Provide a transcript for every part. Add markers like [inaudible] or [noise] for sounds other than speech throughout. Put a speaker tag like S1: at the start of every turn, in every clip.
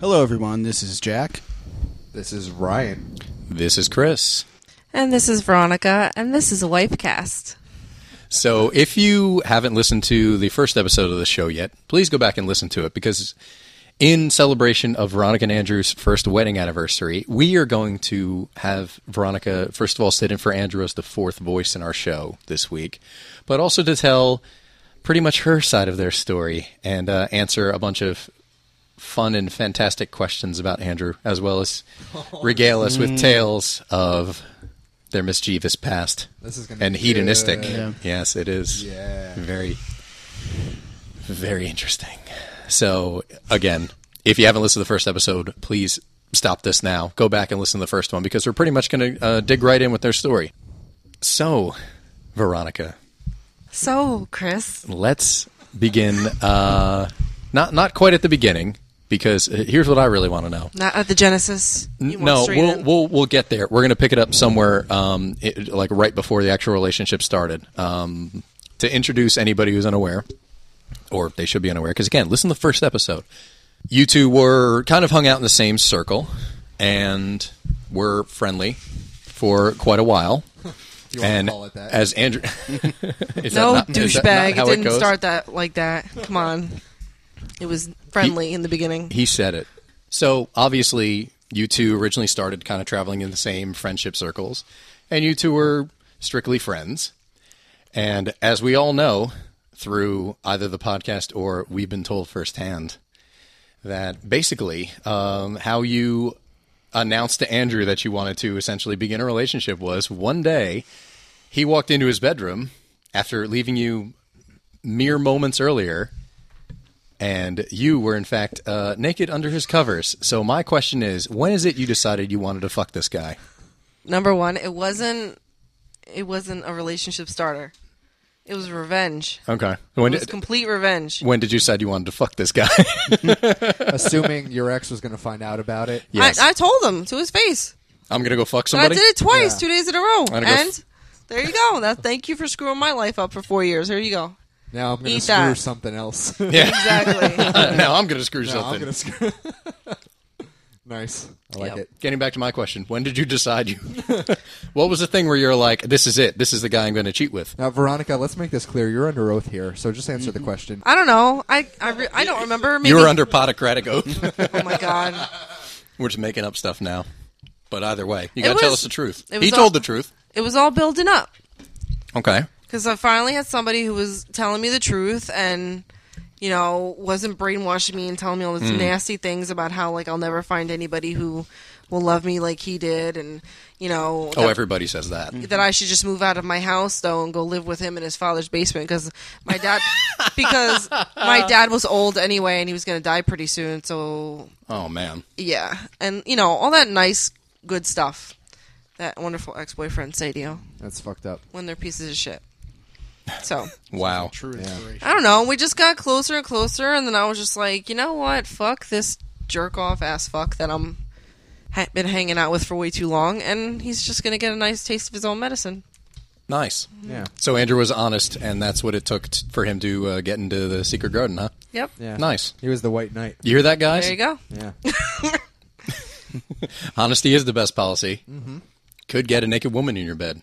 S1: Hello, everyone. This is Jack.
S2: This is Ryan.
S3: This is Chris.
S4: And this is Veronica, and this is Wifecast.
S3: So, if you haven't listened to the first episode of the show yet, please go back and listen to it because, in celebration of Veronica and Andrew's first wedding anniversary, we are going to have Veronica, first of all, sit in for Andrew as the fourth voice in our show this week, but also to tell pretty much her side of their story and uh, answer a bunch of fun and fantastic questions about Andrew, as well as regale us with tales of their mischievous past
S2: This is gonna
S3: and
S2: be
S3: hedonistic.
S2: good.
S1: Yeah.
S3: Yes, it is.
S2: Yeah.
S3: Very, very interesting. So, again, if you haven't listened to the first episode, please stop this now. Go back and listen to the first one because we're pretty much going to uh, dig right in with their story. So, Veronica,
S4: So, Chris,
S3: let's begin. Uh, not not quite at the beginning because uh, here's what I really want to know.
S4: not at the Genesis. You want
S3: No,
S4: straight
S3: we'll,
S4: in.
S3: we'll we'll get there. We're going to pick it up somewhere, um, it, like right before the actual relationship started. Um, to introduce anybody who's unaware, or they should be unaware, because again, listen to the first episode. You two were kind of hung out in the same circle, and were friendly for quite a
S4: [laughs]
S3: while.
S2: Do you want
S3: And
S2: to call it that?
S3: as Andrew, [laughs] Is that
S4: no
S3: not- is that not
S4: douchebag.
S3: how
S4: It didn't
S3: goes?
S4: start that like that. Come on. It was friendly in the beginning.
S3: He said it. So obviously, you two originally started kind of traveling in the same friendship circles, and you two were strictly friends. And as we all know through either the podcast or we've been told firsthand, that basically um, how you announced to Andrew that you wanted to essentially begin a relationship was one day he walked into his bedroom after leaving you mere moments earlier and you were in fact uh, naked under his covers. So my question is, when is it you decided you wanted to fuck this guy?
S4: Number one, it wasn't. It wasn't a relationship starter. It was revenge.
S3: Okay. When
S4: It was
S3: did,
S4: complete revenge.
S3: when did you decide you wanted to fuck this guy? [laughs]
S2: Assuming your ex was going to find out about it.
S3: yes.
S4: I, I told him to his face.
S3: I'm gonna go fuck
S4: And I
S3: somebody.
S4: did it twice,
S2: Yeah.
S4: two days in a row.
S3: gonna go f-
S4: And there you go. That, thank you for screwing my life up for four years. Here you go.
S2: Now I'm going to
S4: Eat
S2: screw
S4: that. [laughs]
S2: something else.
S3: Yeah.
S4: Exactly. [laughs]
S3: [laughs] now I'm gonna screw
S2: now I'm
S3: something.
S2: going to screw. [laughs] nice. I like
S4: Yep.
S2: it.
S3: Getting back to my question, when did you decide you? [laughs] what was the thing where you're like, this is it? This is the guy I'm gonna cheat with.
S2: Now, Veronica, let's make this clear. You're under oath here, so just answer the
S4: Mm-hmm.
S2: question.
S4: I don't know. I I, re- I don't remember. Maybe,
S3: You were under potocratic oath. [laughs]
S4: Oh my god!
S3: we're just making up stuff now. But either way, you
S4: It
S3: gotta tell
S4: was-
S3: us the truth.
S4: it
S3: He
S4: was
S3: told
S4: all-
S3: the truth.
S4: It was all building up
S3: Okay.
S4: because I finally had somebody who was telling me the truth and you know wasn't brainwashing me and telling me all these nasty things about how like I'll never find anybody who will love me like he did and you know
S3: Oh,
S4: that-
S3: everybody says that.
S4: that I should just move out of my house though and go live with him in his father's basement because my dad because my dad was old anyway and he was going to die pretty soon so
S3: Oh man.
S4: yeah and you know all that nice good stuff that wonderful ex-boyfriend say to you
S2: That's fucked up.
S4: when they're pieces of shit so
S3: Wow.
S1: True inspiration.
S4: i don't know we just got closer and closer and then i was just like you know what fuck this jerk off ass fuck that i'm ha- been hanging out with for way too long and he's just gonna get a nice taste of his own medicine
S3: Nice.
S2: Yeah.
S4: Mm-hmm.
S3: So Andrew was honest, and that's what it took t- for him to uh, get into the secret garden, huh?
S4: yep
S2: Yeah.
S3: Nice.
S2: He was the white knight.
S3: You hear that, guys?
S4: there you go
S2: Yeah.
S3: Honesty is the best policy.
S2: Mm-hmm.
S3: Could get a naked woman in your bed.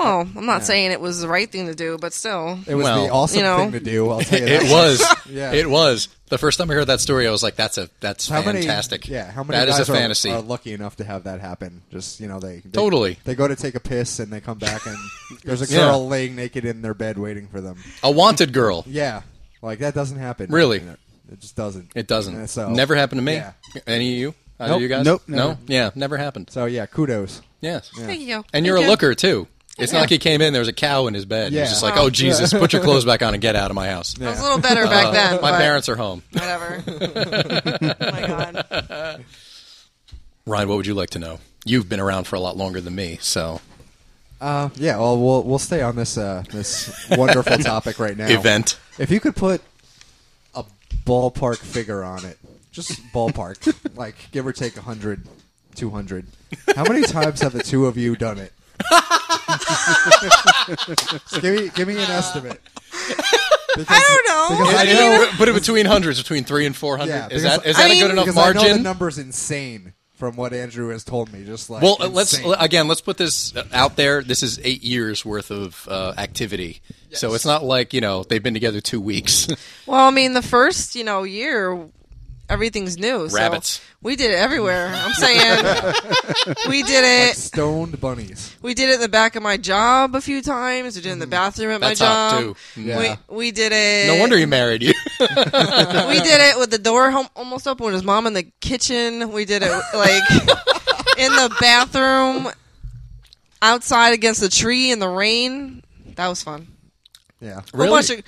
S4: oh i'm not saying it was the right thing to do but still
S2: It was
S3: Well,
S2: the awesome
S4: you know.
S2: thing to do,
S3: [laughs]
S2: I'll tell you that.
S3: It was.
S2: [laughs] Yeah.
S3: It was. The first time I heard that story, I was like, "That's a that's
S2: How many-
S3: fantastic.
S2: yeah, how many
S3: That is
S2: guys
S3: a
S2: are-
S3: fantasy.
S2: Are, lucky enough to have that happen? Just you know, they, they-
S3: Totally.
S2: They go to take a piss and they come
S3: [laughs]
S2: back and there's a
S3: Yeah.
S2: girl laying naked in their bed waiting for them.
S3: a wanted girl.
S2: Yeah, like that doesn't happen.
S3: Really?
S2: it just doesn't.
S3: It doesn't.
S2: And So
S3: Never happened to me.
S2: Yeah.
S3: Any of you? Either
S2: Nope.
S3: you guys?
S1: Nope,
S3: No.
S1: never.
S3: Yeah. Never happened.
S2: So yeah, kudos.
S3: Yes.
S4: thank you
S3: And you're a looker too. It's not like he came in. There was a cow in his bed.
S2: Yeah.
S3: He's just like,
S4: Oh.
S3: "Oh Jesus, put your clothes back on and get out of my house."
S4: I was a little better back then.
S3: Uh, My
S4: but
S3: parents are home. [laughs]
S4: Whatever. oh my god.
S3: Ryan, what would you like to know? You've been around for a lot longer than me, so
S2: Uh, yeah. Well, we'll we'll stay on this uh, this
S3: [laughs]
S2: wonderful topic right now.
S3: event.
S2: If you could put a ballpark figure on it, just
S3: [laughs]
S2: ballpark, like give or take 100, 200, how many times have the two of you
S3: [laughs]
S2: done it? Just give me give me an estimate.
S4: I don't know.
S2: because
S4: I
S2: I
S4: mean,
S2: know-
S3: Put it between hundreds, between three and four hundred.
S2: Yeah,
S3: is
S2: because-
S3: that is
S4: I
S3: that a
S4: mean-
S3: good enough
S2: because I know the
S3: margin?
S2: number's insane from what Andrew has told me. Just like
S3: Well, uh, let's
S2: insane.
S3: again. Let's put this out there. This is eight years worth of uh, activity, so it's not like you know they've been together two weeks. [laughs]
S4: Well, I mean, the first you know year, everything's new. so
S3: Rabbits.
S4: we did it everywhere. I'm saying
S3: [laughs]
S4: we did it.
S2: stoned bunnies.
S4: We did it in the back of my job a few times. We did it in the bathroom at
S3: That's
S4: my
S3: hot,
S4: job.
S3: too.
S2: Yeah.
S4: We we did it.
S3: no
S4: [laughs]
S3: wonder he married you. [laughs]
S4: we did it with the door home, almost open with his mom in the kitchen. We did it like
S3: [laughs]
S4: in the bathroom, outside against the tree in the rain. That was fun.
S2: Yeah,
S4: A whole bunch of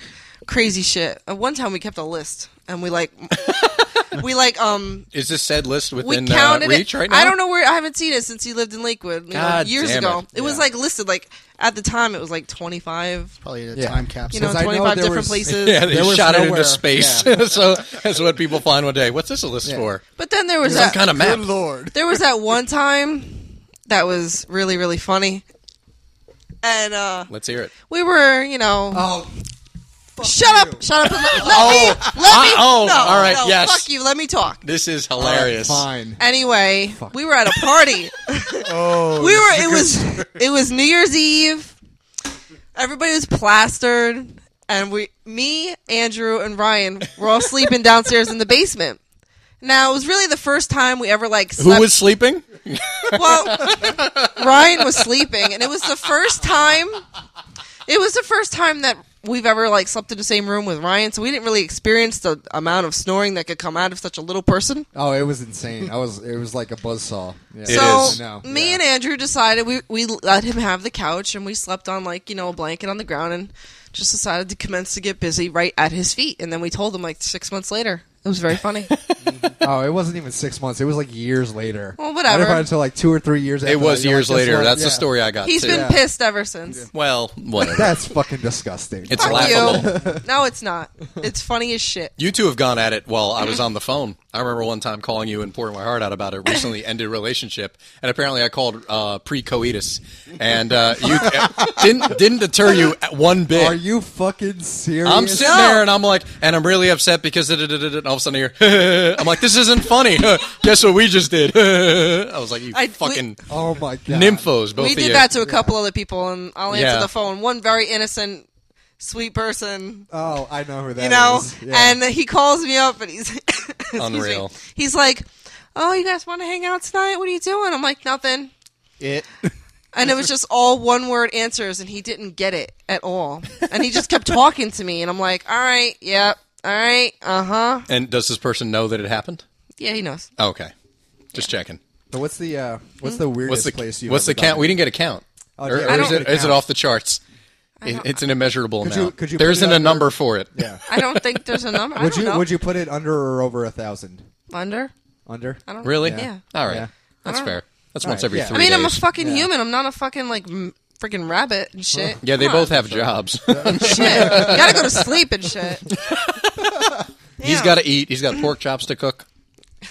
S4: crazy shit. At one time, we kept a list, and we like, [laughs] we like, um,
S3: Is this said list
S4: we
S3: within uh,
S4: counted
S3: reach
S4: it.
S3: right now?
S4: I don't know where I haven't seen it since he lived in Lakewood you know,
S3: God
S4: years
S3: damn
S4: ago.
S3: it.
S4: It, was
S2: Yeah.
S4: like listed like at the time it was like twenty five,
S1: Probably a
S2: Yeah.
S1: time capsule.
S4: you know,
S2: Because I know
S4: twenty five
S2: there
S4: different
S2: was-
S4: places.
S3: [laughs] Yeah, they
S2: There was
S3: shot it
S2: nowhere.
S3: into space. [laughs] so that's what people find one day. What's this a list for?
S4: But then there was
S3: Some
S4: that
S3: kind of map.
S1: Good lord.
S4: there was that one time that was really really funny, and uh
S3: Let's hear it.
S4: we were you know
S2: Oh,
S4: shut
S2: you.
S4: up shut up
S3: [laughs]
S4: and let, let me let me
S3: I- oh,
S4: no,
S3: all right,
S4: no,
S3: yes.
S4: fuck you let me talk
S3: This is hilarious.
S2: fine.
S4: Anyway, we were at a party.
S3: [laughs]
S1: Oh,
S4: we were. It was. It was New Year's Eve. Everybody was plastered, and we, me, Andrew, and Ryan, were all sleeping downstairs in the basement. Now it was really the first time we ever like
S3: Who
S4: slept.
S3: was sleeping?
S4: [laughs] well, Ryan was sleeping, and it was the first time. It was the first time that we've ever like slept in the same room with Ryan, so we didn't really experience the amount of snoring that could come out of such a little person.
S2: Oh, it was insane. I was. It was like a buzzsaw. Yeah.
S3: It
S4: so
S3: is.
S2: I know.
S4: me
S2: Yeah.
S4: and Andrew decided we we let him have the couch and we slept on like you know a blanket on the ground and just decided to commence to get busy right at his feet and then we told him like six months later it was very
S3: [laughs]
S4: funny
S2: Oh, it wasn't even six months. It was like years later.
S4: Well, whatever.
S2: I didn't until like two or three years. After
S3: It was
S2: that. You're
S3: years
S2: like, guess
S3: later.
S2: what?
S3: That's the
S2: Yeah.
S3: story I got.
S4: he's
S3: too.
S4: been
S2: Yeah.
S4: pissed ever since
S3: well, whatever. [laughs]
S2: That's fucking disgusting.
S3: It's
S4: Fuck
S3: laughable.
S4: you [laughs] no it's not it's funny as shit
S3: You two have gone at it while I was on the phone. I remember one time calling you and pouring my heart out about a [laughs] recently ended relationship, and apparently I called uh, pre-coitus, and uh, you didn't didn't deter you at one bit.
S2: Are you fucking serious?
S3: I'm sitting there and I'm like, and I'm really upset because da- da- da- da- da- and all of a sudden I hear, [laughs] I'm like, this isn't funny. Guess what we just did? [laughs] I was like, you
S4: I- we-
S3: fucking
S2: Oh my god.
S3: nymphos, [laughs] both
S4: we
S3: of
S4: did
S3: you.
S4: that to a couple other people and I'll answer
S3: Yeah.
S4: the phone one very innocent sweet person
S2: Oh, I know who that is.
S4: you know
S2: Yeah.
S4: and he calls me up and he's [laughs] excuse me.
S3: Unreal.
S4: he's like oh you guys want to hang out tonight what are you doing i'm like nothing
S1: it.
S4: and it was just all one word answers and he didn't get it at all and he just kept talking to me and i'm like all right yep all right uh-huh
S3: and does this person know that it happened?
S4: yeah he knows
S3: Oh, okay, just checking.
S2: So what's the uh, what's
S4: Hmm?
S2: the
S3: What's
S2: weirdest
S3: the
S2: place you?
S3: what's the
S2: ever
S3: count?
S2: gone?
S3: We didn't get a count.
S2: Oh,
S3: or
S2: yeah,
S3: or
S2: we
S3: is
S2: didn't
S3: it
S2: get a
S3: is it
S2: count.
S3: off the charts? It-
S4: don't-
S3: it's an immeasurable
S2: Could
S3: now.
S2: you- could you
S3: there
S2: put
S3: isn't
S2: it
S3: a
S2: under-
S3: number for it.
S2: Yeah.
S4: i don't think there's a number I
S2: Would
S4: don't
S2: you
S4: know.
S2: would you put it under or over a thousand?
S4: under
S2: Under.
S4: i don't
S3: Really?
S4: Oh, yeah
S3: All right.
S2: Yeah.
S3: That's
S4: All right.
S3: fair. That's
S2: All
S3: once
S2: right,
S3: every
S2: yeah. I
S4: i
S3: three
S4: mean i'm a
S3: days.
S4: fucking
S2: Yeah.
S4: human i'm not a fucking like m- freaking rabbit and shit
S3: [laughs] yeah, they
S4: Come
S3: both
S4: on.
S3: have jobs.
S4: [laughs] shit you gotta go to sleep and
S2: [laughs]
S4: shit
S3: He's
S4: Damn.
S3: got to eat. [laughs] He's got pork chops to cook.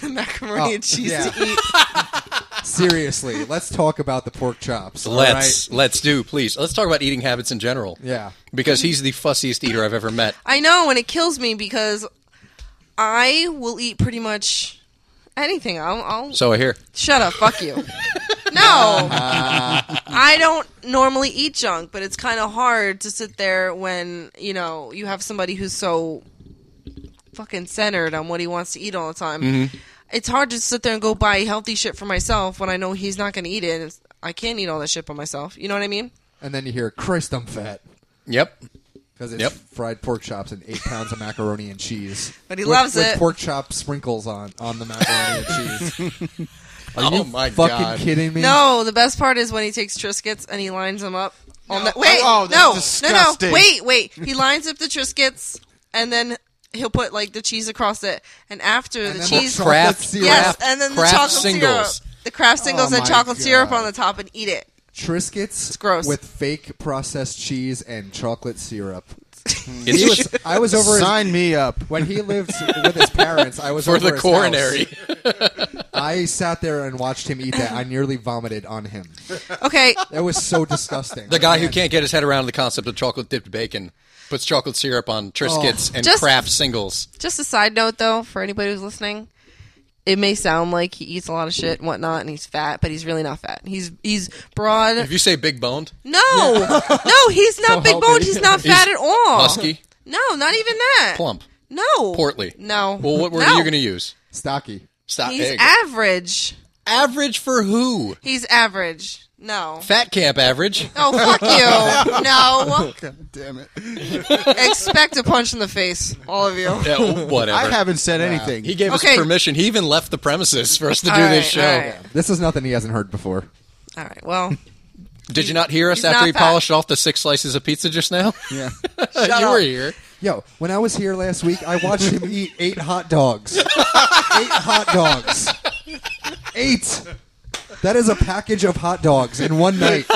S4: macaroni
S2: Oh,
S4: and cheese
S2: yeah.
S4: to eat
S2: [laughs] Seriously, let's talk about the pork chops. all
S3: Let's
S2: right?
S3: let's do please. Let's talk about eating habits in general.
S2: Yeah.
S3: because he's the fussiest eater I've ever met.
S4: I know, and it kills me because I will eat pretty much anything. I'll, I'll
S3: So I hear.
S4: shut up. Fuck you. No, I don't normally eat junk, but it's kind of hard to sit there when you know you have somebody who's so fucking centered on what he wants to eat all the time. It's hard to sit there and go buy healthy shit for myself when I know he's not going to eat it. And it's- I can't eat all that shit by myself. You know what I mean?
S2: And then you hear, "Christ, I'm fat."
S3: Yep.
S2: Because it's
S3: Yep.
S2: fried pork chops and eight pounds of macaroni and cheese.
S4: But he
S2: With-
S4: loves
S2: with
S4: it.
S2: Pork chop sprinkles on on the macaroni and
S3: [laughs]
S2: cheese.
S3: Are oh my
S2: Fucking
S3: god.
S2: kidding me?
S4: No, the best part is when he takes Triscuits and he lines them up. On the, wait,
S1: Oh, that's
S4: no, no,
S1: disgusting.
S4: no, wait, wait. He lines up the Triscuits and then he'll put like the cheese across it, and after
S2: And
S4: the
S2: then
S4: cheese,
S2: the chocolate
S3: Kraft-
S2: syrup.
S4: yes, and then the
S3: Kraft
S4: chocolate
S3: singles.
S4: syrup, the craft singles
S2: Oh,
S4: and
S2: my
S4: chocolate syrup
S2: God.
S4: on the top, and eat it.
S2: Triscuits
S4: gross.
S2: with fake processed cheese and
S4: [laughs]
S2: chocolate syrup.
S3: It's
S2: He was- I was over his-
S1: Sign me up.
S2: when he lived with his parents. I was
S3: for
S2: over
S3: the
S2: his
S3: coronary.
S2: house. I sat there and watched him eat that. I nearly vomited on him.
S4: Okay,
S2: That was so disgusting.
S3: The guy who
S2: Man.
S3: can't get his head around the concept of chocolate dipped bacon. puts chocolate syrup on Triscuits and
S4: Oh. Just-
S3: Kraft singles.
S4: Just a side note, though, for anybody who's listening, it may sound like he eats a lot of shit and whatnot, and he's fat, but he's really not fat. He's he's broad.
S3: If you say big boned,
S4: No, no, he's not big
S2: healthy.
S4: boned. He's not fat
S3: He's
S4: at all.
S3: husky,
S4: No, not even that.
S3: plump,
S4: No.
S3: portly.
S4: No.
S3: Well, what word
S4: No.
S3: are you going to use?
S2: Stocky.
S3: Stop.
S4: He's
S3: there you go.
S4: average.
S3: average for who?
S4: He's average. No.
S3: Fat camp average.
S4: [laughs] Oh fuck
S3: [laughs]
S4: you! No,
S1: God damn it.
S4: expect a punch in the face, all of you.
S3: Yeah, whatever.
S1: I haven't said anything.
S3: he gave
S4: Okay.
S3: us permission. He even left the premises for us to do
S4: All
S3: this
S4: right,
S3: show.
S4: all right.
S2: This is nothing he hasn't heard before.
S4: All right. Well,
S3: Did you not hear us
S4: He's
S3: after
S4: not
S3: he
S4: fat.
S3: polished off the six slices of pizza just now?
S1: yeah.
S3: [laughs] you
S4: up.
S3: were here.
S2: Yo, when I was here last week, I
S4: [laughs]
S2: watched him eat eight hot dogs. eight hot dogs. Eight. That is a package of hot dogs in one night.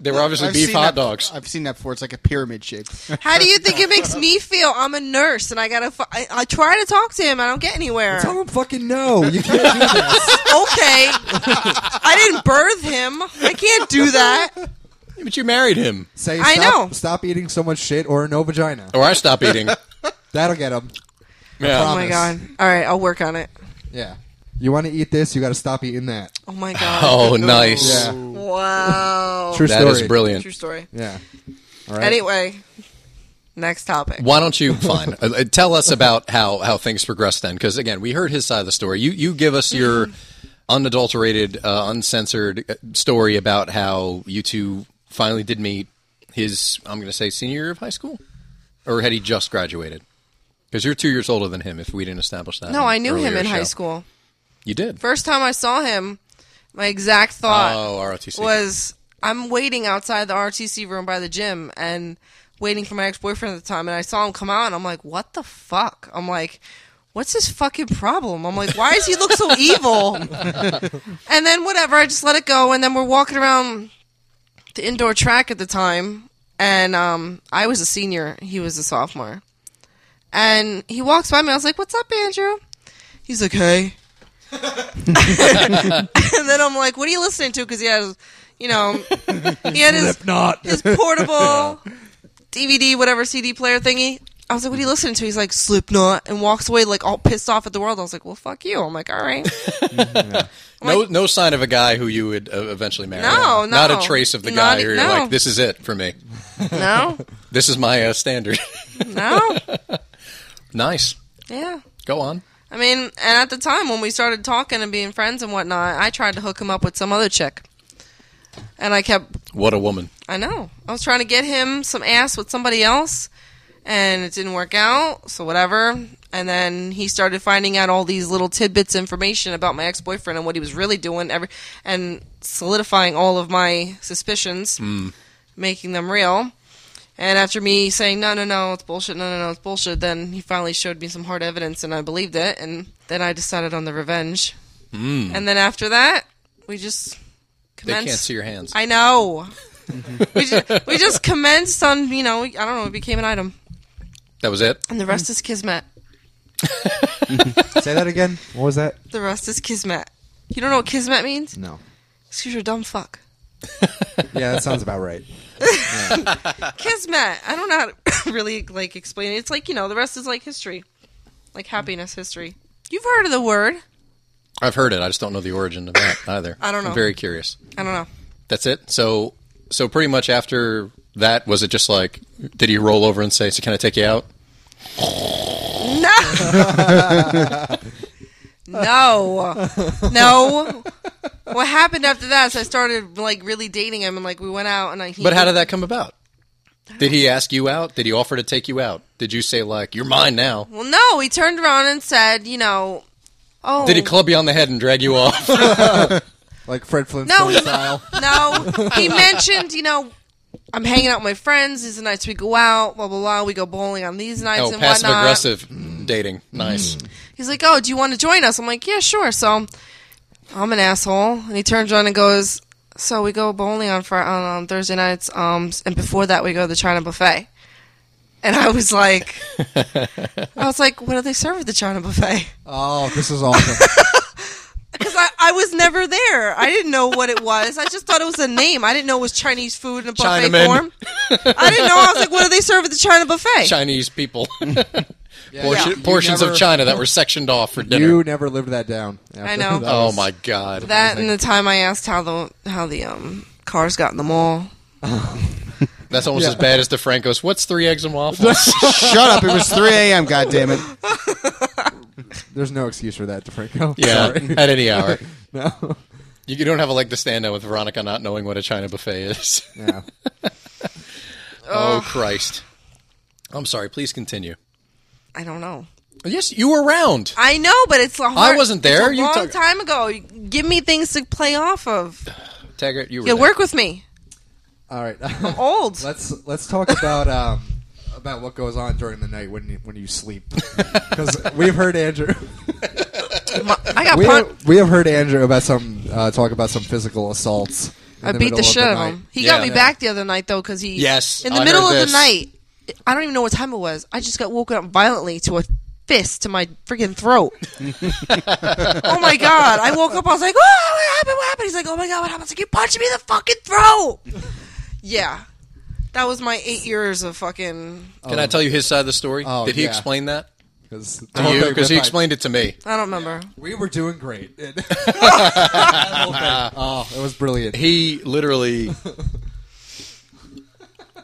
S3: They were obviously beef
S1: seen
S3: hot
S1: that-
S3: dogs.
S1: I've seen that before. It's like a pyramid shape.
S4: how do you think it makes me feel? I'm a nurse, and I gotta. Fu- I, I try to talk to him. I don't get anywhere.
S2: Tell him fucking no. You can't do this.
S4: okay. I didn't birth him. I can't do that.
S3: but you married him,
S2: Say
S4: I
S2: stop,
S4: know.
S2: stop eating so much shit or no vagina.
S3: or I stop
S4: [laughs]
S3: eating.
S2: That'll get him.
S4: Oh
S3: Yeah.
S4: my god. All right, I'll work on it.
S2: Yeah. You want to eat this, you got to stop eating that.
S4: Oh my god.
S3: Oh, nice.
S2: Yeah.
S4: Wow.
S2: True
S3: That
S2: story.
S3: is brilliant.
S4: True story.
S2: Yeah. All right.
S4: Anyway, next topic.
S3: Why don't you fine? uh, uh, tell us about how how things progressed then, because again, we heard his side of the story. You you give us your
S4: Mm-hmm.
S3: unadulterated, uh, uncensored uh, story about how you two finally did meet. His I'm going to say senior year of high school, or had he just graduated? Because you're two years older than him. If we didn't establish that,
S4: No,
S3: on
S4: I knew him
S3: earlier
S4: in high
S3: show.
S4: school.
S3: You did.
S4: First time I saw him, my exact thought
S3: Oh, ROTC.
S4: was I'm waiting outside the RTC room by the gym and waiting for my ex boyfriend at the time. And I saw him come out, and I'm like, what the fuck? I'm like, what's his fucking problem? I'm like, why does he look so evil? and then whatever, I just let it go. And then we're walking around the indoor track at the time, and um, I was a senior, he was a sophomore. And he walks by me. I was like, what's up, Andrew? He's like, hey. and then I'm like, what are you listening to? Because he has, you know, he had his
S2: Slipknot.
S4: his portable DVD, whatever CD player thingy. I was like, "What are you listening to?" He's like, "Slipknot," and walks away like all pissed off at the world. I was like, "Well, fuck you." I'm like, "All right,
S3: No, no sign of a guy who you would uh, eventually marry.
S4: No,
S3: not
S4: no.
S3: a trace of the
S4: Not
S3: guy
S4: e-
S3: who you're
S4: no.
S3: like, this is it for me.
S4: no,
S3: This is my uh, standard. [laughs]
S4: no,
S3: nice.
S4: yeah."
S3: Go on.
S4: I mean, and at the time when we started talking and being friends and whatnot, I tried to hook him up with some other chick, and I kept
S3: What a woman.
S4: I know. I was trying to get him some ass with somebody else, and it didn't work out. So whatever. And then he started finding out all these little tidbits information about my ex boyfriend and what he was really doing, every and solidifying all of my suspicions,
S3: Hmm.
S4: making them real. And after me saying no, no, no, it's bullshit, no, no, no, it's bullshit, then he finally showed me some hard evidence, and I believed it. And then I decided on the revenge. And then after that, we just
S3: Hmm. They
S4: commenced.
S3: can't see your hands.
S4: I know. we, just, we just commenced on, you know, I don't know, it became an item.
S3: that was it.
S4: And the rest is Kismet.
S2: Say that again. What was that?
S4: The rest is Kismet. You don't know what Kismet means?
S2: No.
S4: Excuse your dumb fuck.
S2: Yeah, that sounds about right.
S4: Kismet. I don't know how to [laughs] really, like, explain it. It's like, you know, the rest is like history. Like happiness history. You've heard of the word.
S3: I've heard it. I just don't know the origin of that either.
S4: I don't know.
S3: I'm very curious.
S4: I don't know.
S3: That's it. So, so pretty much after that, was it just like, did he roll over and say, "So can I take you out?"
S4: No. no. [laughs] No. What happened after that is I started, like, really dating him, and, like, we went out, and I. He,
S3: But how did that come about? Did he ask you out? Did he offer to take you out? Did you say like, "You're mine now"?
S4: Well, no, he turned around and said, you know, oh.
S3: Did he club you on the head and drag you off? [laughs]
S2: Like Fred Flintstone
S4: No, he,
S2: style.
S4: no.
S3: [laughs]
S4: He mentioned, you know, I'm hanging out with my friends. These are nights we go out, blah, blah, blah. We go bowling on these nights
S3: oh,
S4: and Mm.
S3: passive
S4: whatnot.
S3: aggressive dating. Nice.
S4: He's like, oh, do you want to join us? I'm like, yeah, sure. So I'm an asshole. And he turns around and goes, so we go bowling on, Fri on, on Thursday nights. Um, and before that, we go to the China Buffet. And I was
S3: [laughs]
S4: like, I was like, what do they serve at the China Buffet?
S3: [laughs]
S2: Oh, this is awesome.
S4: Because I, I was never there. I didn't know what it was. I just thought it was a name. I didn't know it was Chinese food in a buffet
S3: Chinaman.
S4: form. I didn't know. I was like, what do they serve at the China buffet? [laughs]
S3: Chinese people. Portion, Portions
S2: never-
S3: of China that were sectioned off for dinner.
S2: You never lived that down. after
S4: I know.
S2: that
S3: oh
S2: was-
S3: my god.
S4: That and the time I asked how the how the um cars got in the mall.
S3: That's almost as bad as DeFranco's. What's three eggs and waffles?
S2: [laughs]
S1: Shut up! It was 3 a.m. God damn it!
S2: There's no excuse for that, DeFranco.
S3: yeah,
S2: Sorry. [laughs]
S3: at any hour.
S2: no.
S3: You, you don't have a leg to stand on with Veronica not knowing what a China buffet
S2: [laughs]
S3: is.
S2: Yeah.
S3: oh Christ. I'm sorry. Please continue.
S4: I don't know.
S3: Yes, you were around.
S4: I know, but it's a hard,
S3: wasn't
S4: it's
S3: there.
S4: a
S3: You
S4: long
S3: talk-
S4: time ago. Give me things to play off of.
S3: Taggart, you were.
S4: You
S3: there.
S4: work with me.
S2: All right. [laughs]
S4: Old.
S2: let's let's talk about um, about what goes on during the night when you, when
S3: [laughs]
S2: you sleep because we've
S4: [laughs]
S2: heard Andrew
S4: My- I got
S2: we
S4: punched.
S2: have, we have heard Andrew about some uh, talk about some physical assaults. in
S4: I beat
S2: middle
S4: the shit out of
S2: night.
S4: him. He
S3: Yeah.
S4: got me
S3: Yeah.
S4: back the other night though, because he
S3: Yes,
S4: in the
S3: I
S4: middle of
S3: heard
S4: the
S3: this.
S4: night. I don't even know what time it was. I just got woken up violently to a fist to my freaking throat. oh my god! I woke up. I was like, "Oh, what happened? What happened?" He's like, "Oh my god, what happened?" I was like, "You punched me in the fucking throat." yeah, that was my eight years of fucking.
S3: Can I tell you his side of the story?
S2: Oh,
S3: Did he
S2: yeah. Oh,
S3: explain that
S2: 'Cause the
S3: to
S2: whole
S3: you?
S2: thing
S3: Because he
S2: was
S3: explained it to me.
S4: I don't remember.
S2: like, we were
S3: [laughs]
S2: doing great. That whole thing. oh, it was brilliant.
S3: He literally,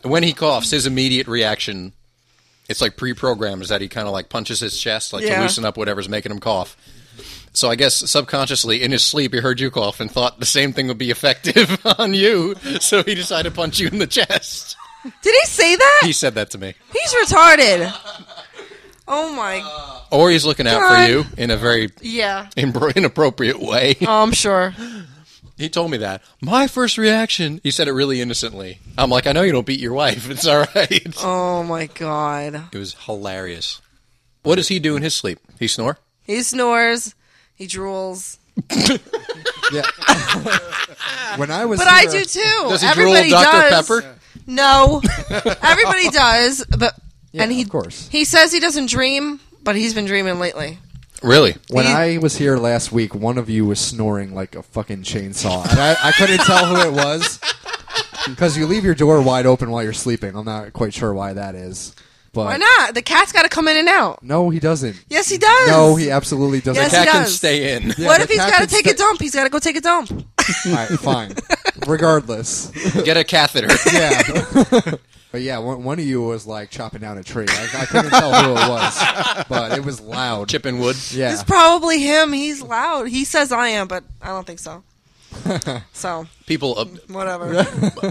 S3: when he coughs, his immediate reaction, it's like pre-programmed, is that he kind of like punches his chest, like to
S4: Yeah.
S3: loosen up whatever's making him cough. So I guess subconsciously in his sleep he heard you cough and thought the same thing would be effective [laughs] on you, so he decided to punch you in the chest.
S4: Did he say that?
S3: He said that to me.
S4: He's retarded. Oh my.
S3: Or he's looking out
S4: God.
S3: for you in a very
S4: Yeah.
S3: imbro- inappropriate way.
S4: Oh, I'm sure.
S3: He told me that. My first reaction, he said it really innocently. I'm like, I know you don't beat your wife. It's all right.
S4: Oh my god.
S3: It was hilarious. What does he do in his sleep? He snore?
S4: He snores. He drools.
S2: Yeah. when I was,
S4: But I
S2: here-
S4: do too.
S3: Does he drool
S4: Everybody
S3: Dr.
S4: does.
S3: Pepper?
S4: No. [laughs] Everybody does. But and he
S2: of course.
S4: he says he doesn't dream, but he's been dreaming lately.
S3: Really?
S2: When
S4: He-
S2: I was here last week, one of you was snoring like a fucking chainsaw, and I, I couldn't tell who it was because you leave your door wide open while you're sleeping. I'm not quite sure why that is, but
S4: Why not? The cat's got to come in and out.
S2: no, he doesn't.
S4: Yes, he does.
S2: No, he absolutely doesn't.
S4: Yes, he
S3: Cat can
S4: does. [laughs]
S3: stay in.
S4: what
S2: the
S4: if he's
S2: cat
S4: got to
S2: can
S4: take a
S2: stay-
S4: dump? He's got to go take a dump.
S2: All right, fine. Regardless,
S3: Get a catheter. [laughs]
S2: yeah. [laughs] but yeah, one, one of you was like chopping down a tree. I, I couldn't tell who it was, but it was loud.
S3: Chip and wood.
S2: yeah,
S4: It's probably him. He's loud. He says I am, but I don't think so. so
S3: People, uh,
S4: whatever.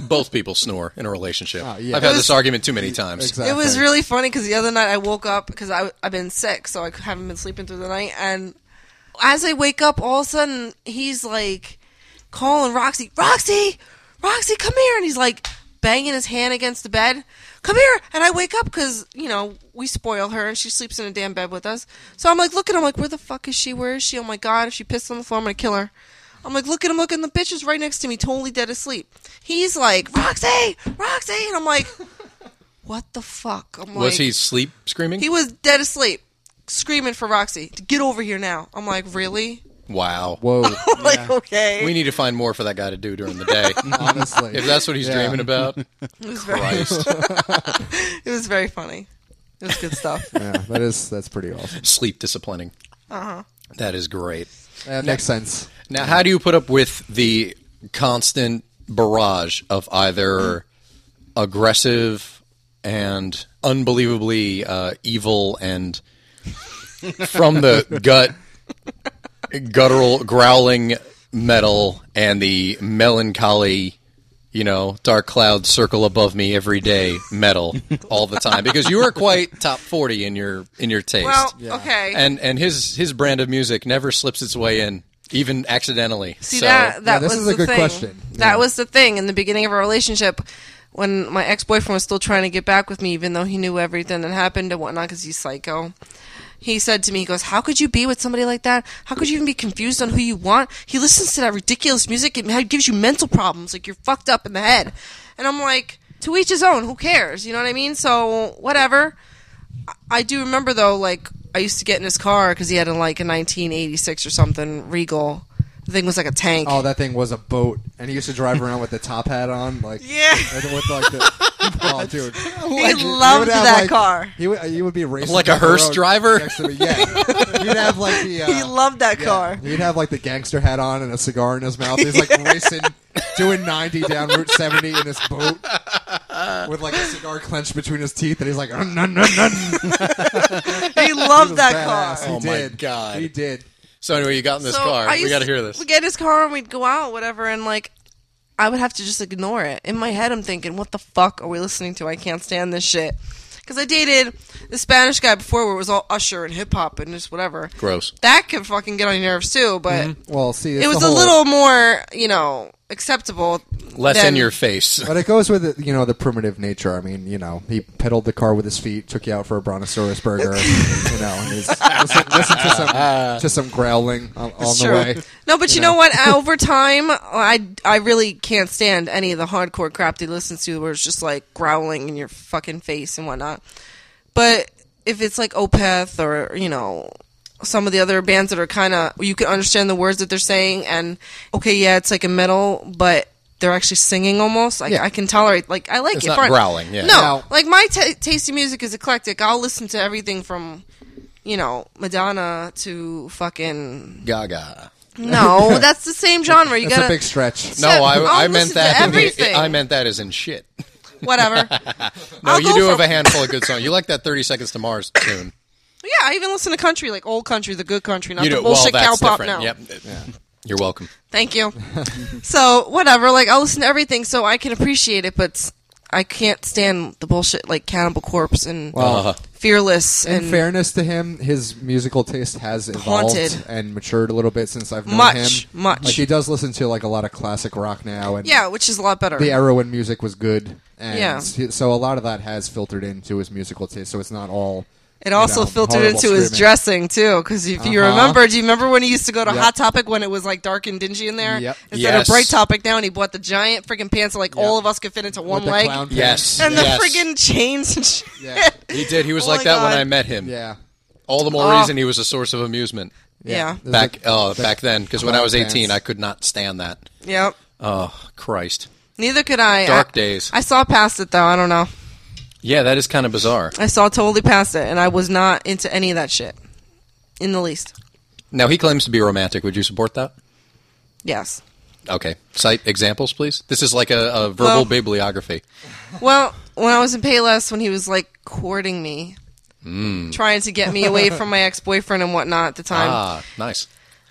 S3: both people snore in a relationship.
S2: Ah, yeah.
S3: I've had
S4: It was-
S3: this argument too many times.
S2: exactly.
S4: It was really funny because the other night I woke up because I I've been sick, so I haven't been sleeping through the night. And as I wake up, all of a sudden he's like calling Roxy, Roxy, Roxy, come here, and he's like banging his hand against the bed. Come here, and I wake up because you know we spoil her, and she sleeps in a damn bed with us. So I'm like looking, I'm like, where the fuck is she? Where is she? Oh my god, if she pissed on the floor, I'm gonna kill her. I'm like, look at him, look at him. The bitch is right next to me, totally dead asleep. He's like, Roxy, Roxy, and I'm like, [laughs] what the fuck? I'm like,
S3: Was he sleep screaming?
S4: He was dead asleep, screaming for Roxy to get over here now. I'm like, really?
S3: wow.
S4: [laughs]
S2: whoa.
S4: I'm like, okay.
S3: We need to find more for that guy to do during
S4: [laughs]
S3: the day.
S2: Honestly,
S3: if that's what he's
S2: Yeah.
S3: dreaming about.
S4: it, was very,
S3: Christ.
S4: it was very funny. It was good
S2: [laughs]
S4: stuff.
S2: yeah, that is that's pretty awesome.
S3: Sleep disciplining.
S4: Uh-huh.
S3: That is great.
S2: Uh, makes sense.
S3: Now, how do you put up with the constant barrage of either aggressive and unbelievably uh, evil and from the gut, guttural, growling metal and the melancholy, you know, dark clouds circle above me every day metal all the time? Because you are quite top 40 in your in your taste
S4: Well, okay.
S3: and and his his brand of music never slips its way in, even accidentally.
S4: See
S3: so,
S4: that that
S2: Yeah, this
S4: was
S2: is a
S4: the
S2: good
S4: thing.
S2: question. Yeah.
S4: That was the thing in the beginning of our relationship when my ex boyfriend was still trying to get back with me, even though he knew everything that happened and whatnot, because he's psycho. He said to me, he goes, How could you be with somebody like that? How could you even be confused on who you want? He listens to that ridiculous music. It gives you mental problems. Like, you're fucked up in the head. And I'm like, To each his own. Who cares? You know what I mean? So, whatever. I do remember though, like I used to get in his car because he had a, like a 1986 or something Regal The thing was like a tank.
S2: Oh, that thing was a boat, and he used to drive around with the top hat on, like
S4: [laughs] Yeah.
S2: and with like the
S4: [laughs]
S2: oh, dude,
S4: he
S2: He would
S4: loved
S2: have,
S4: that
S2: like-
S4: car.
S2: He would, he would be racing
S3: Like a
S2: down the
S3: hearse
S2: road
S3: driver?
S2: Next to me.
S4: [laughs]
S2: Yeah, he'd have like the uh,
S4: He loved that
S2: yeah. [laughs]
S4: car.
S2: He'd have like the gangster hat on and a cigar in his mouth. He's like racing, doing ninety
S4: [laughs]
S2: down Route seventy in his boat with like a cigar clenched between his teeth, and he's like, "Nun, nun, nun, nun." He
S4: He loved
S2: was
S4: that
S2: badass.
S4: car.
S2: He
S3: Oh my
S2: did.
S3: God.
S2: he did.
S3: So anyway, you got in this
S4: So,
S3: car.
S4: I
S3: We
S4: used
S3: got to hear this.
S4: We get his car and we'd go out, whatever, and like I would have to just ignore it. In my head, I'm thinking, what the fuck are we listening to? I can't stand this shit. Because I dated the Spanish guy before, where it was all Usher and hip hop and just whatever.
S3: Gross. Mm-hmm.
S4: That can fucking get on your nerves too, but
S2: Well, see, it's
S4: it was
S2: the
S4: a
S2: whole-
S4: little more, you know, acceptable.
S3: Less
S4: than-
S3: in your face.
S2: But it goes with the, you know the primitive nature. I mean, you know, he pedaled the car with his feet, took you out for a brontosaurus
S4: [laughs]
S2: burger. you know, and he's listen, listen to some to some growling on, on the way.
S4: No, but you, know, what? [laughs] I- Over time, I, I really can't stand any of the hardcore crap they listen to where it's just like growling in your fucking face and whatnot. But if it's like Opeth or, you know, some of the other bands that are kind of, you can understand the words that they're saying and, okay, yeah, it's like a metal, but they're actually singing almost. Like,
S2: Yeah.
S4: I can tolerate, like, I like
S3: It's
S4: it.
S3: not
S4: fine.
S3: growling, yeah.
S4: No,
S2: Now-
S4: like my ta taste in music is eclectic. I'll listen to everything from, you know, Madonna to fucking
S3: Gaga. [laughs]
S4: no, that's the same genre. You
S2: That's a
S4: gotta
S2: big stretch.
S3: No,
S4: Except I'll
S3: I, I meant
S4: listen to
S3: that. in the-
S4: everything.
S3: I meant that as in shit.
S4: [laughs]
S3: [laughs]
S4: whatever.
S3: No,
S4: I'll
S3: you
S4: go
S3: do
S4: for-
S3: have a handful of good songs. You like that Thirty Seconds to Mars tune.
S4: Yeah, I even listen to country, like old country, the good country, not
S3: You
S4: the
S3: do. Well,
S4: bullshit
S3: that's
S4: cowpop.
S3: different.
S4: No,
S3: Yep. You're welcome.
S4: thank
S3: [laughs]
S4: you. so whatever, like I'll listen to everything, so I can appreciate it, but s- I can't stand the bullshit like Cannibal Corpse and
S3: uh-huh.
S2: Well,
S4: Fearless
S2: in
S4: and
S2: fairness to him, his musical taste has evolved
S4: Haunted.
S2: and matured a little bit since I've known
S4: Much,
S2: him.
S4: much.
S2: Like he does listen to like a lot of classic rock now, and
S4: yeah, which is a lot better.
S2: the era when music was good. And
S4: Yeah.
S2: So a lot of that has filtered into his musical taste. So it's not all.
S4: It also
S2: you know,
S4: filtered
S2: horrible
S4: into his
S2: screaming.
S4: dressing too, because if you
S2: Uh-huh.
S4: remember, do you remember when he used to go to
S2: Yep.
S4: Hot Topic when it was like dark and dingy in there
S2: Yep.
S4: instead
S3: Yes.
S4: of bright topic now, and he bought the giant freaking pants that like all of us could fit into one
S2: With the
S4: leg,
S2: clown pants.
S3: Yes.
S4: and
S3: yes.
S4: the friggin' chains and shit.
S2: Yeah.
S3: He did. He was
S4: Oh
S3: like
S4: my
S3: that when
S4: God.
S3: I met him.
S2: Yeah.
S3: All the more
S4: Oh.
S3: reason he was a source of amusement
S4: [laughs] Yeah.
S2: There's
S3: back
S2: a-
S3: uh,
S2: the
S3: back then. Because when I
S2: clown
S3: was 18,
S2: pants.
S3: I could not stand that.
S4: Yep.
S3: Oh Christ!
S4: Neither could I.
S3: Dark
S4: I-
S3: days.
S4: I saw past it though. I don't know.
S3: Yeah, that is kind of bizarre.
S4: I saw totally past it, and I was not into any of that shit, in the least.
S3: Now he claims to be romantic. Would you support that?
S4: Yes.
S3: Okay. Cite examples, please. This is like a, a verbal
S4: Well-
S3: bibliography.
S4: Well, when I was in Payless, when he was like courting me, trying to get me away from my ex boyfriend and whatnot at the time.
S3: Hmm. Ah, nice.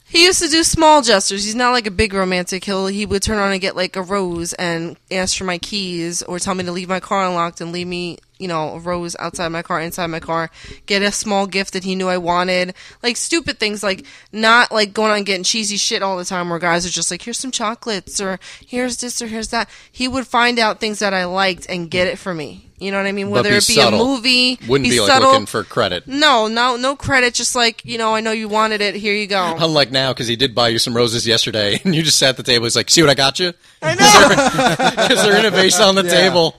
S4: He used to do small gestures. He's not like a big romantic. He'll he would turn on and get like a rose and ask for my keys or tell me to leave my car unlocked and leave me, you know, a rose outside my car, inside my car, get a small gift that he knew I wanted. Like stupid things like not like going on getting cheesy shit all the time where guys are just like, Here's some chocolates or here's this or here's that. He would find out things that I liked and get it for me. You know what I mean?
S3: But
S4: Whether
S3: be
S4: it be
S3: subtle.
S4: a movie,
S3: Wouldn't be like
S4: subtle.
S3: looking for credit.
S4: no, no, no credit. Just like you know, I know you wanted it. Here you go.
S3: Unlike now, because he did buy you some roses yesterday, [laughs] and you just sat at the table. He's like, "See what I got you?" [laughs]
S4: I know.
S3: Because they're in a vase on the table,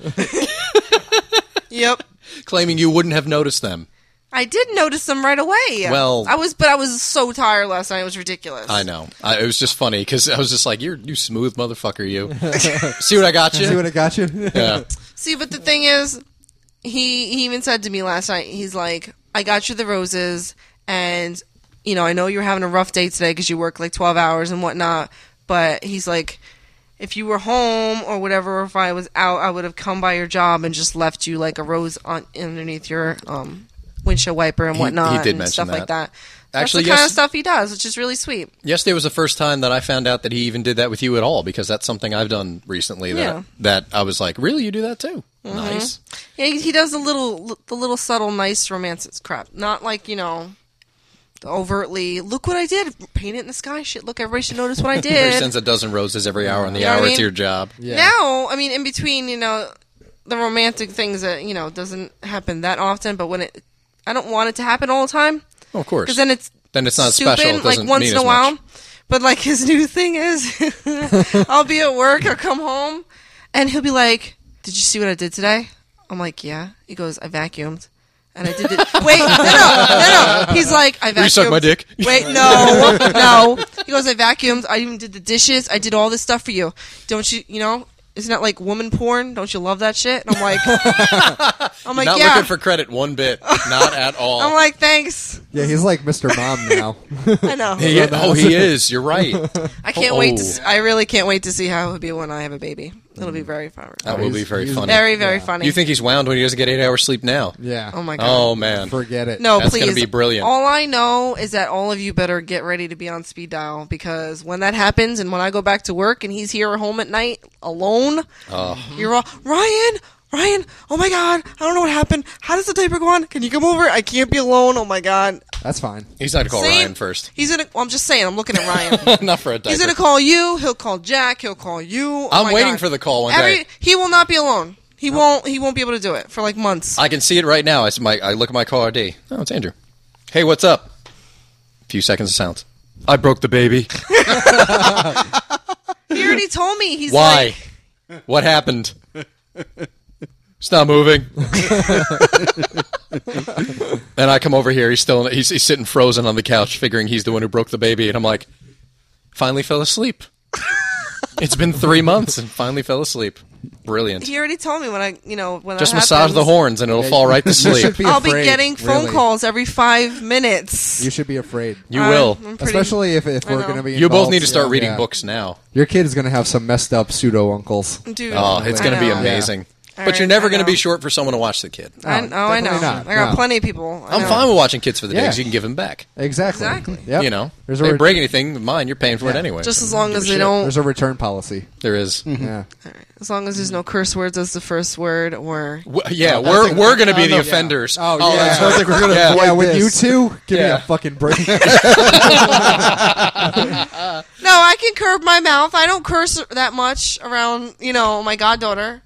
S4: Yep.
S3: claiming you wouldn't have noticed them.
S4: I did notice them right away.
S3: Well-
S4: I was, but I was so tired last night. It was ridiculous.
S3: I know. I, it was just funny because I was just like, "You're you smooth motherfucker, you." See what I got
S2: See
S3: you?
S2: what I got you?
S3: Yeah.
S4: See, but the thing is, he he even said to me last night. He's like, "I got you the roses, and you know, I know you're having a rough day today because you work like twelve hours and whatnot." But he's like, "If you were home or whatever, or if I was out, I would have come by your job and just left you like a rose on underneath your um windshield wiper and
S3: he
S4: whatnot
S3: did
S4: and
S3: mention
S4: stuff
S3: that.
S4: like that."
S3: Actually,
S4: That's the kind
S3: yes-
S4: of stuff he does, which is really sweet.
S3: Yesterday was the first time that I found out that he even did that with you at all because that's something I've done recently that
S4: Yeah.
S3: that I was like, "Really, you do that too?" Nice.
S4: Yeah, he he does the little the little subtle nice romances crap. Not like you know, the overtly look what I did, paint it in the sky. Shit, look everybody should notice what I
S3: He
S4: did.
S3: sends a dozen roses every hour on the
S4: You know
S3: hour
S4: what I
S3: to
S4: mean?
S3: your job.
S4: Now, I mean, in between, you know, the romantic things that you know doesn't happen that often, but when it, I don't want it to happen all the time
S3: Of course.
S4: because then it's
S3: Then it's not
S4: stupid,
S3: special. It
S4: like
S3: doesn't
S4: once
S3: mean
S4: in a
S3: as
S4: while.
S3: much.
S4: But like his new thing is, [laughs] I'll be at work or come home, and he'll be like, "Did you see what I did [laughs] today?" I'm like, "Yeah." He goes, "I vacuumed." And I did it. Wait, no, no, no, no. He's he's like, I vacuumed.
S3: you suck my dick?
S4: Wait, no, no. He goes, I vacuumed. I even did the dishes. I did all this stuff for you. Don't you, you know? Isn't that like woman porn? Don't you love that shit? And I'm
S3: [laughs]
S4: like, [laughs] I'm like,
S3: Not
S4: yeah.
S3: looking for credit one bit. Not at all.
S4: I'm like, thanks.
S2: Yeah, he's like Mr. Mom now. [laughs]
S4: I know.
S3: He- oh, he is. You're right.
S4: I can't wait to.
S3: Oh.
S4: s- I really can't wait to see how it'll be when I have a baby. It'll be very fun.
S3: That will be very
S2: He's-
S3: funny.
S4: Very, very funny.
S3: Mm. Uh, You think he's wound when he doesn't get eight hours sleep now?
S2: Yeah.
S4: Oh my god.
S3: Oh man.
S2: Forget it.
S4: No,
S3: That's
S4: please.
S3: gonna be brilliant.
S4: All I know is that all of you better get ready to be on speed dial because when that happens and when I go back to work and he's here at home at night alone,
S3: Oh.
S4: you're all Ryan. Ryan, oh my God! I don't know what happened. How does the diaper go on? Can you come over? I can't be alone. Oh my God!
S2: That's fine.
S3: He's not to call
S4: Same-
S3: Ryan first.
S4: He's gonna. well, I'm just saying. I'm looking at
S3: [laughs]
S4: Ryan.
S3: not for a diaper.
S4: he's gonna call you. He'll call Jack. He'll call you. Oh
S3: I'm
S4: my
S3: waiting
S4: God.
S3: for the call one
S4: Every,
S3: day.
S4: He will not be alone. He won't. He won't be able to do it for like months.
S3: I can see it right now. I, s- my, I look at my call ID. Oh, it's Andrew. Hey, what's up? A few seconds of silence. I broke the baby.
S4: he already told me. He's
S3: Why?
S4: like-
S3: what happened? It's not moving. and I come over here. He's still he's, he's sitting frozen on the couch, figuring he's the one who broke the baby. And I'm like, finally fell asleep. it's been three months and finally fell asleep. Brilliant.
S4: he already told me when I, you know, when
S3: Just
S4: that
S3: massage the
S4: happens,
S3: horns and it'll fall right to
S2: [laughs] You
S3: sleep.
S2: should be
S4: I'll
S2: afraid,
S4: be getting phone
S2: really.
S4: calls every five minutes.
S2: You should be afraid.
S3: You will.
S4: I'm pretty-
S2: Especially if, if
S4: I
S2: we're
S4: know.
S2: going to be.
S3: You both
S2: involved.
S3: need to start
S2: Yeah.
S3: reading
S2: Yeah.
S3: books now.
S2: Your kid is going to have some messed up pseudo uncles.
S4: dude.
S3: Oh, it's
S4: I
S3: going to be
S4: know.
S3: amazing.
S4: All
S3: But you're
S4: right,
S3: never
S4: I
S3: going to
S4: know.
S3: be short for someone to watch the kid.
S4: I,
S2: No,
S4: oh, I know.
S2: definitely not.
S4: I got
S2: No.
S4: plenty of people. I
S3: I'm
S4: know.
S3: fine with watching kids for the day
S2: Yeah.
S3: 'cause you can give them back.
S2: Exactly.
S4: Exactly.
S2: Yep.
S3: You know, there's
S2: There's a
S3: they
S2: re-
S3: break anything of mine, you're paying for it
S2: Yeah.
S3: anyway.
S4: Just
S3: So
S4: as long
S3: give a
S4: as they
S3: shit.
S4: don't, Hmm.
S2: There's a return policy.
S3: There is.
S2: Yeah.
S4: as long as there's no curse words as the first word, or
S3: W- yeah, we're we're going to be the offenders.
S2: Oh, yeah.
S3: that's
S2: So
S4: [laughs]
S2: I
S3: right.
S2: think [laughs] we're gonna
S3: Yeah.
S2: Yeah,
S1: Like
S2: with
S1: this.
S2: you two, give me
S3: Yeah.
S2: a
S3: [laughs]
S2: fucking break.
S4: no, I can curb my mouth. I don't curse that much around, you know, my goddaughter.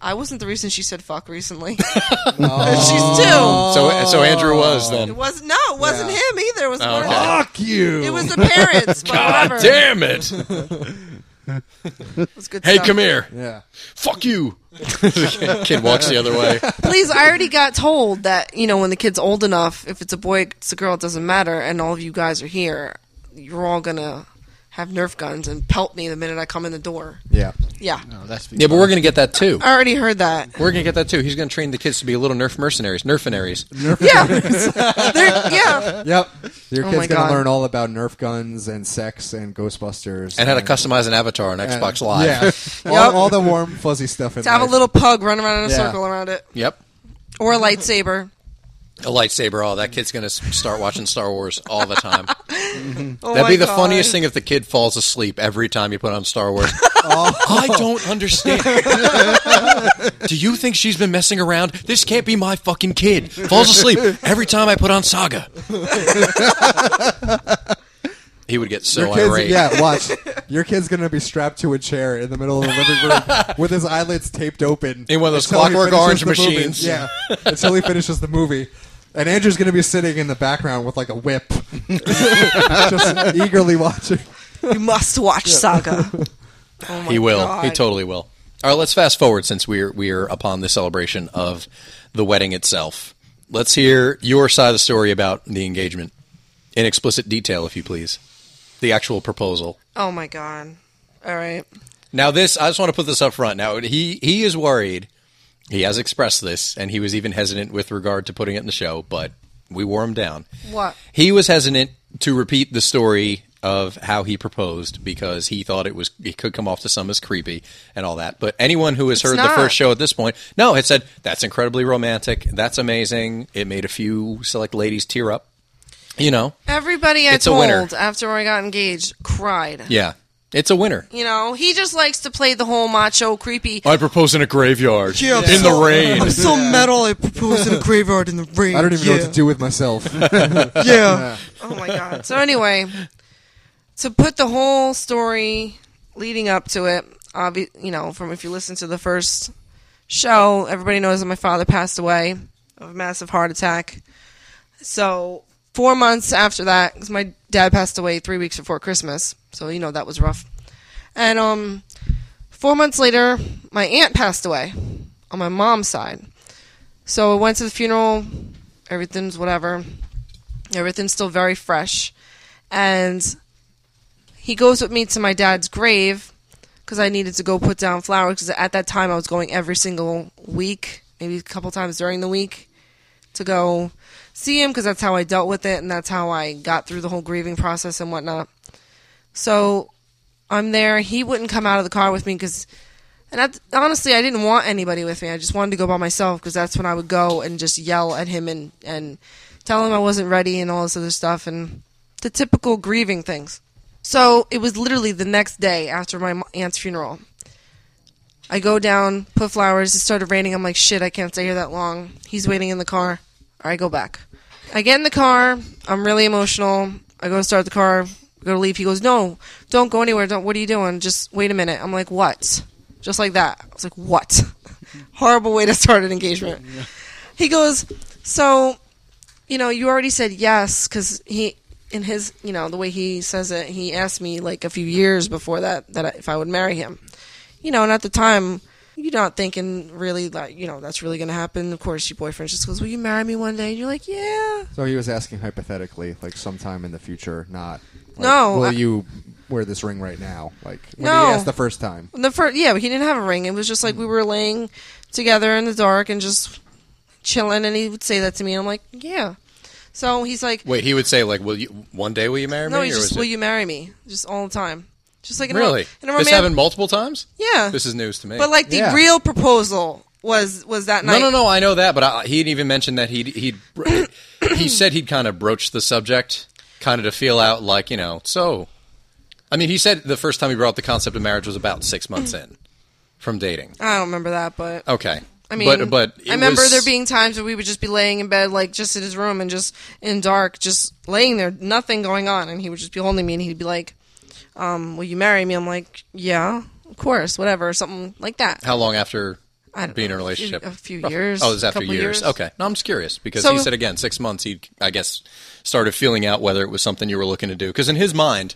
S4: I wasn't the reason she said fuck recently.
S3: [laughs]
S4: She's two.
S3: So so Andrew was
S4: It
S3: then.
S4: was no, it wasn't him either. It was one of
S3: okay.
S4: the-
S2: Fuck you.
S4: it was the parents. But
S3: [laughs] God
S4: whatever.
S3: damn it!
S4: It was good
S3: Hey,
S4: stuff.
S3: come here!
S2: yeah.
S3: Fuck you!
S2: [laughs]
S3: Kid walks the other way.
S4: Please, I already got told that you know when the kid's old enough, if it's a boy, it's a girl, it doesn't matter. And all of you guys are here, you're all gonna have Nerf guns and pelt me the minute I come in the door.
S2: Yeah.
S4: Yeah,
S1: No, that's
S3: Yeah, but we're going to get that too.
S4: I already heard that.
S3: We're going to get that too. He's going to train the kids to be little Nerf mercenaries, Nerfinaries.
S4: [laughs] Yeah, They're- yeah.
S2: Yep. Your
S4: Oh
S2: kid's
S4: my
S2: gonna
S4: God.
S2: learn all about Nerf guns and sex and Ghostbusters
S3: and how to customize an avatar on
S2: and-
S3: Xbox Live. [laughs]
S2: Yeah.
S4: Yep.
S2: all, all the warm fuzzy stuff in
S4: To have a
S2: life.
S4: little pug run around in a
S2: Yeah.
S4: circle around it,
S3: Yep.
S4: or a
S3: [laughs]
S4: lightsaber.
S3: A lightsaber. Oh, that kid's going to start watching Star Wars all the time.
S4: Oh
S3: That'd
S4: my
S3: be the
S4: God.
S3: funniest thing if the kid falls asleep every time you put on Star
S4: [laughs]
S3: Wars. Oh. I don't understand. Do you think she's been messing around? This can't be my fucking kid. Falls asleep every time I put
S4: [laughs]
S3: on Saga. he would get so
S2: Your kid's,
S3: irate. [laughs]
S2: yeah, watch. Your kid's gonna be strapped to a chair in the middle of the living room with his eyelids taped open
S3: In one of those
S2: until he
S3: Clockwork
S2: finishes
S3: Orange
S2: the movie.
S3: machines.
S2: Yeah, until he finishes the movie, and Andrew's gonna be sitting in the background with like
S3: [laughs]
S2: a whip, just eagerly watching.
S4: You must watch Saga.
S3: [laughs]
S4: Oh my
S3: He will. He
S4: God.
S3: totally will. All right, let's fast forward since we're we're upon the celebration of the wedding itself. Let's hear your side of the story about the engagement in explicit detail, if you please. The actual proposal.
S4: Oh my God. All right.
S3: Now, this I just want to put this up front. Now, he he is worried. He has expressed this, and he was even hesitant with regard to putting it in the show. But we wore him down.
S4: What?
S3: He was hesitant to repeat the story of how he proposed because he thought it was it could come off to some as creepy and all that. But anyone who has heard the
S4: not.
S3: first show at this point, no, had said that's incredibly romantic. That's amazing. It made a few select ladies tear up. You know,
S4: Everybody I
S3: It's a
S4: told
S3: winner.
S4: after I got engaged cried.
S3: yeah, it's a winner.
S4: You know, he just likes to play the whole macho, creepy.
S3: I propose in a graveyard in the rain.
S5: so metal I propose in a graveyard in the rain.
S2: I don't even know what to do with myself.
S5: Yeah.
S4: Oh my god. So anyway, to put the whole story leading up to it, obvi- you know, from if you listen to the first show, everybody knows that my father passed away of a massive heart attack. So four months after that, 'cause my dad passed away three weeks before Christmas, so you know that was rough. And um, four months later, my aunt passed away on my mom's side. So I went to the funeral. Everything's whatever Everything's still very fresh. And he goes with me to my dad's grave because I needed to go put down flowers. Because at that time, I was going every single week, maybe a couple times during the week, to go see him because that's how I dealt with it and that's how I got through the whole grieving process and whatnot. So I'm there. He wouldn't come out of the car with me because, and I, honestly, I didn't want anybody with me. I just wanted to go by myself because that's when I would go and just yell at him and and tell him I wasn't ready and all this other stuff and the typical grieving things. So it was literally the next day after my mo- aunt's funeral. I go down, put flowers. It started raining. I'm like, shit, I can't stay here that long. He's waiting in the car. I go back. I get in the car. I'm really emotional. I go to start the car. Go to leave. He goes, no, don't go anywhere. Don't. What are you doing? Just wait a minute. I'm like, what? Just like that. I was like, what? [laughs] Horrible way to start an engagement. He goes, so, you know, you already said yes because he. In his, you know, the way he says it, he asked me like a few years before that that I, if I would marry him you know, and at the time, you're not thinking really that, you know, that's really going to happen. Of course, your boyfriend just goes, Will you marry me one day? And you're like, Yeah.
S2: So he was asking hypothetically, like sometime in the future, not. Like,
S4: No,
S2: Will
S4: I-
S2: you wear this ring right now? Like when
S4: No.
S2: he asked the first time.
S4: And the first, yeah, but he didn't have a ring. It was just like we were laying together in the dark and just chilling, and he would say that to me. And I'm like, Yeah. So he's like,
S3: Wait, he would say like, "Will you one day will you marry
S4: No,
S3: me?"
S4: he's
S3: or
S4: just,
S3: was
S4: Will
S3: it-
S4: you marry me? Just all the time. Just like in
S3: really?
S4: a, in a
S3: this
S4: romantic.
S3: happened multiple times.
S4: yeah.
S3: This is news to me.
S4: but like the
S2: Yeah.
S4: real proposal was was that
S3: no,
S4: night.
S3: no, no. I know that, but I, he didn't even mention that he he
S4: [clears throat]
S3: he said he'd kind of broached the subject, kind of to feel out, like you know. So, I mean, he said the first time he brought up the concept of marriage was about six
S4: [clears throat]
S3: months in from dating.
S4: I don't remember that, but
S3: Okay,
S4: I mean,
S3: but but it
S4: I remember
S3: was-
S4: there being times where we would just be laying in bed, like just in his room and just in dark, just laying there, nothing going on, and he would just be holding me, and he'd be like, um, "Will you marry me?" I'm like, "Yeah, of course, whatever," or something like that.
S3: how long after
S4: I don't
S3: being
S4: know,
S3: in a relationship?
S4: a few
S3: Rough-
S4: years,
S3: Oh, it was after
S4: couple
S3: years.
S4: years.
S3: Okay. No, I'm just curious because
S4: So-
S3: he said again six months. He, I guess, started feeling out whether it was something you were looking to do. Because in his mind,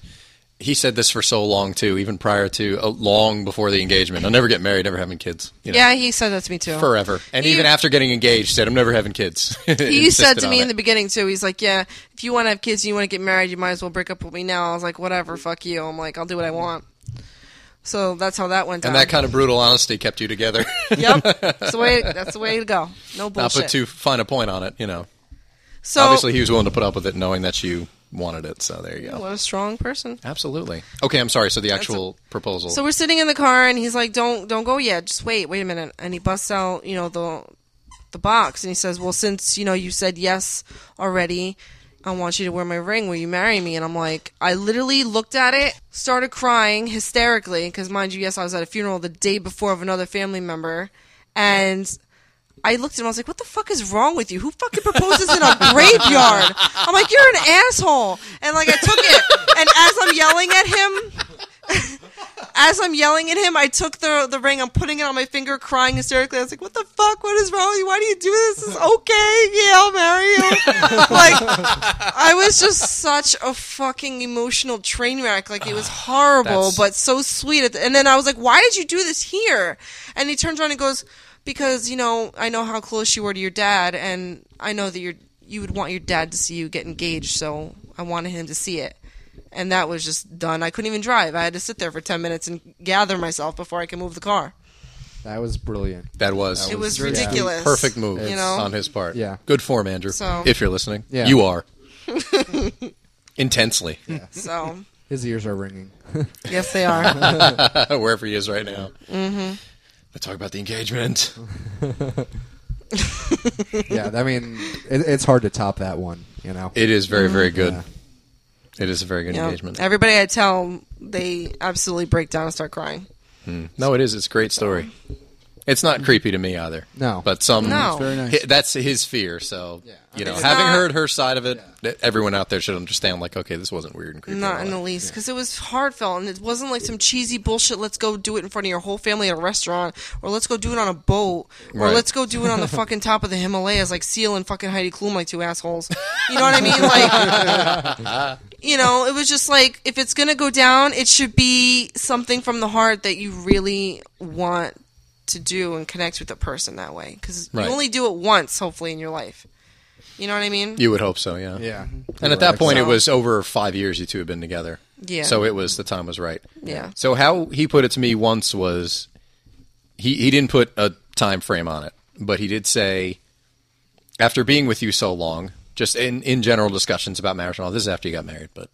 S3: he said this for so long too, even prior to uh, long before the engagement. I'll never get married, never having kids. You know,
S4: Yeah, he said that to me too.
S3: forever. And
S4: He-
S3: even after getting engaged, said I'm never having kids. [laughs]
S4: He said to me in the beginning too. He's like, "Yeah, if you want to have kids and you want to get married, you might as well break up with me now." I was like, "Whatever, fuck you." I'm like, "I'll do what I want." So that's how that went down.
S3: and that kind of brutal honesty kept
S4: [laughs]
S3: you together. [laughs]
S4: yep, that's the way. That's the way to go. No
S3: Not
S4: bullshit.
S3: put too fine a point on it. You know,
S4: so
S3: obviously he was willing to put up with it, knowing that you wanted it. So there you go.
S4: what a strong person.
S3: Absolutely. Okay, I'm sorry. So the actual proposal.
S4: So we're sitting in the car, and he's like, "Don't, don't go yet. Just wait, wait a minute." And he busts out, you know, the the box, and he says, "Well, since you know you said yes already, I want you to wear my ring. Will you marry me?" And I'm like, I literally looked at it, started crying hysterically, because mind you, yes, I was at a funeral the day before of another family member, and. I looked at him. I was like, "What the fuck is wrong with you? Who fucking proposes in a graveyard?" I'm like, "You're an asshole." And like, I took it, and as I'm yelling at him, as I'm yelling at him, I took the the ring, I'm putting it on my finger, crying hysterically. I was like, "What the fuck? What is wrong? with you? Why do you do this? It's okay. Yeah, I'll marry you." like, I was just such a fucking emotional train wreck. Like it was horrible,
S3: That's-
S4: but so sweet. At the, and then I was like, "Why did you do this here?" And he turns around and goes, "Because you know, I know how close you were to your dad, and I know that your you would want your dad to see you get engaged, so I wanted him to see it." and that was just done. I couldn't even drive. I had to sit there for 10 minutes and gather myself before I could move the car.
S2: That was brilliant.
S3: That was.
S4: It was
S2: Yeah.
S4: ridiculous.
S3: perfect move
S4: You know?
S3: on his part.
S2: Yeah.
S3: Good form, Andrew.
S4: So-
S3: if you're listening,
S2: Yeah.
S4: [laughs]
S3: you are. Intensely.
S4: So,
S2: His ears are ringing.
S4: [laughs]
S2: [laughs]
S4: yes, they are.
S3: [laughs] Wherever he is right now. Mm-hmm. Let's talk about the engagement.
S2: yeah, I mean, it, it's hard to top that one. You know.
S3: It is very, very good.
S2: Yeah.
S3: It is a very good
S4: You know,
S3: engagement.
S4: Everybody I tell, they absolutely break down and start crying.
S3: No, it is. It's a great story. It's not creepy to me either.
S2: Mm-hmm. No.
S3: but some.
S4: No. It's
S2: very nice.
S3: hi- that's his fear. So you know,
S4: It's
S3: having
S4: not-
S3: heard her side of it, that everyone out there should understand. Like, okay, this wasn't weird and creepy. and all
S4: Not in
S3: that.
S4: the least, because it was heartfelt, and it wasn't like some cheesy bullshit. Let's go do it in front of your whole family at a restaurant, or let's go do it on a boat, or
S3: Right.
S4: let's go do it
S3: [laughs]
S4: on the fucking top of the Himalayas, like Seal and fucking Heidi Klum, like two assholes. You know what I mean? Like,
S3: [laughs]
S4: you know, it was just like if it's gonna go down, it should be something from the heart that you really want to do and connect with the person that way, because
S3: Right.
S4: you only do it once, hopefully, in your life. You know what I mean?
S3: You would hope so, yeah.
S1: Yeah.
S3: And at that point, it
S4: So-
S3: was over five years you two had been together.
S4: Yeah.
S3: So it was the time was right.
S4: Yeah.
S3: So how he put it to me once was he he didn't put a time frame on it, but he did say after being with you so long, just in in general discussions about marriage and all. This is after you got married, but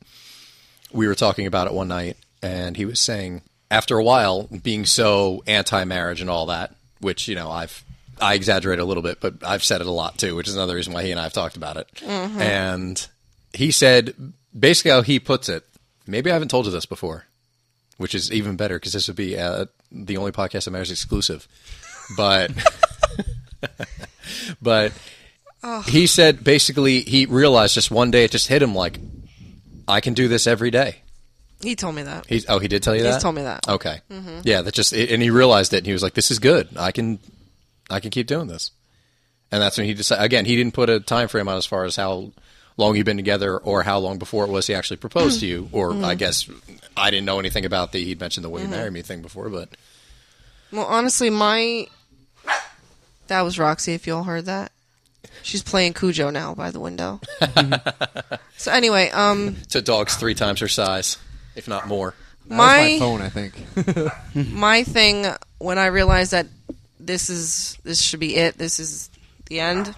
S3: we were talking about it one night, and he was saying after a while being so anti-marriage and all that, which you know I've I exaggerate a little bit, but I've said it a lot too, which is another reason why he and I have talked about it. And he said basically how he puts it. Maybe I haven't told you this before, which is even better because this would be uh, the only podcast that matters exclusive. But [laughs] but he said basically he realized just one day it just hit him like I can do this every day.
S4: He told me that.
S3: He's oh he did tell you
S4: He's
S3: that.
S4: told me that.
S3: Okay. Yeah, that just and he realized it and he was like, "This is good. I can, I can keep doing this." And that's when he decided. Again, he didn't put a time frame on as far as how long you've been together or how long before it was he actually proposed to you. Or I guess I didn't know anything about the he'd mentioned the "Will you marry me" thing before, but
S4: Well, honestly, my that was Roxy. If you all heard that, she's playing Cujo now by the
S3: [laughs]
S4: window. so anyway, um,
S3: to dogs three times her size, if not more.
S2: my
S4: my
S2: phone, I think.
S4: my thing when I realized that this is this should be it. This is the end.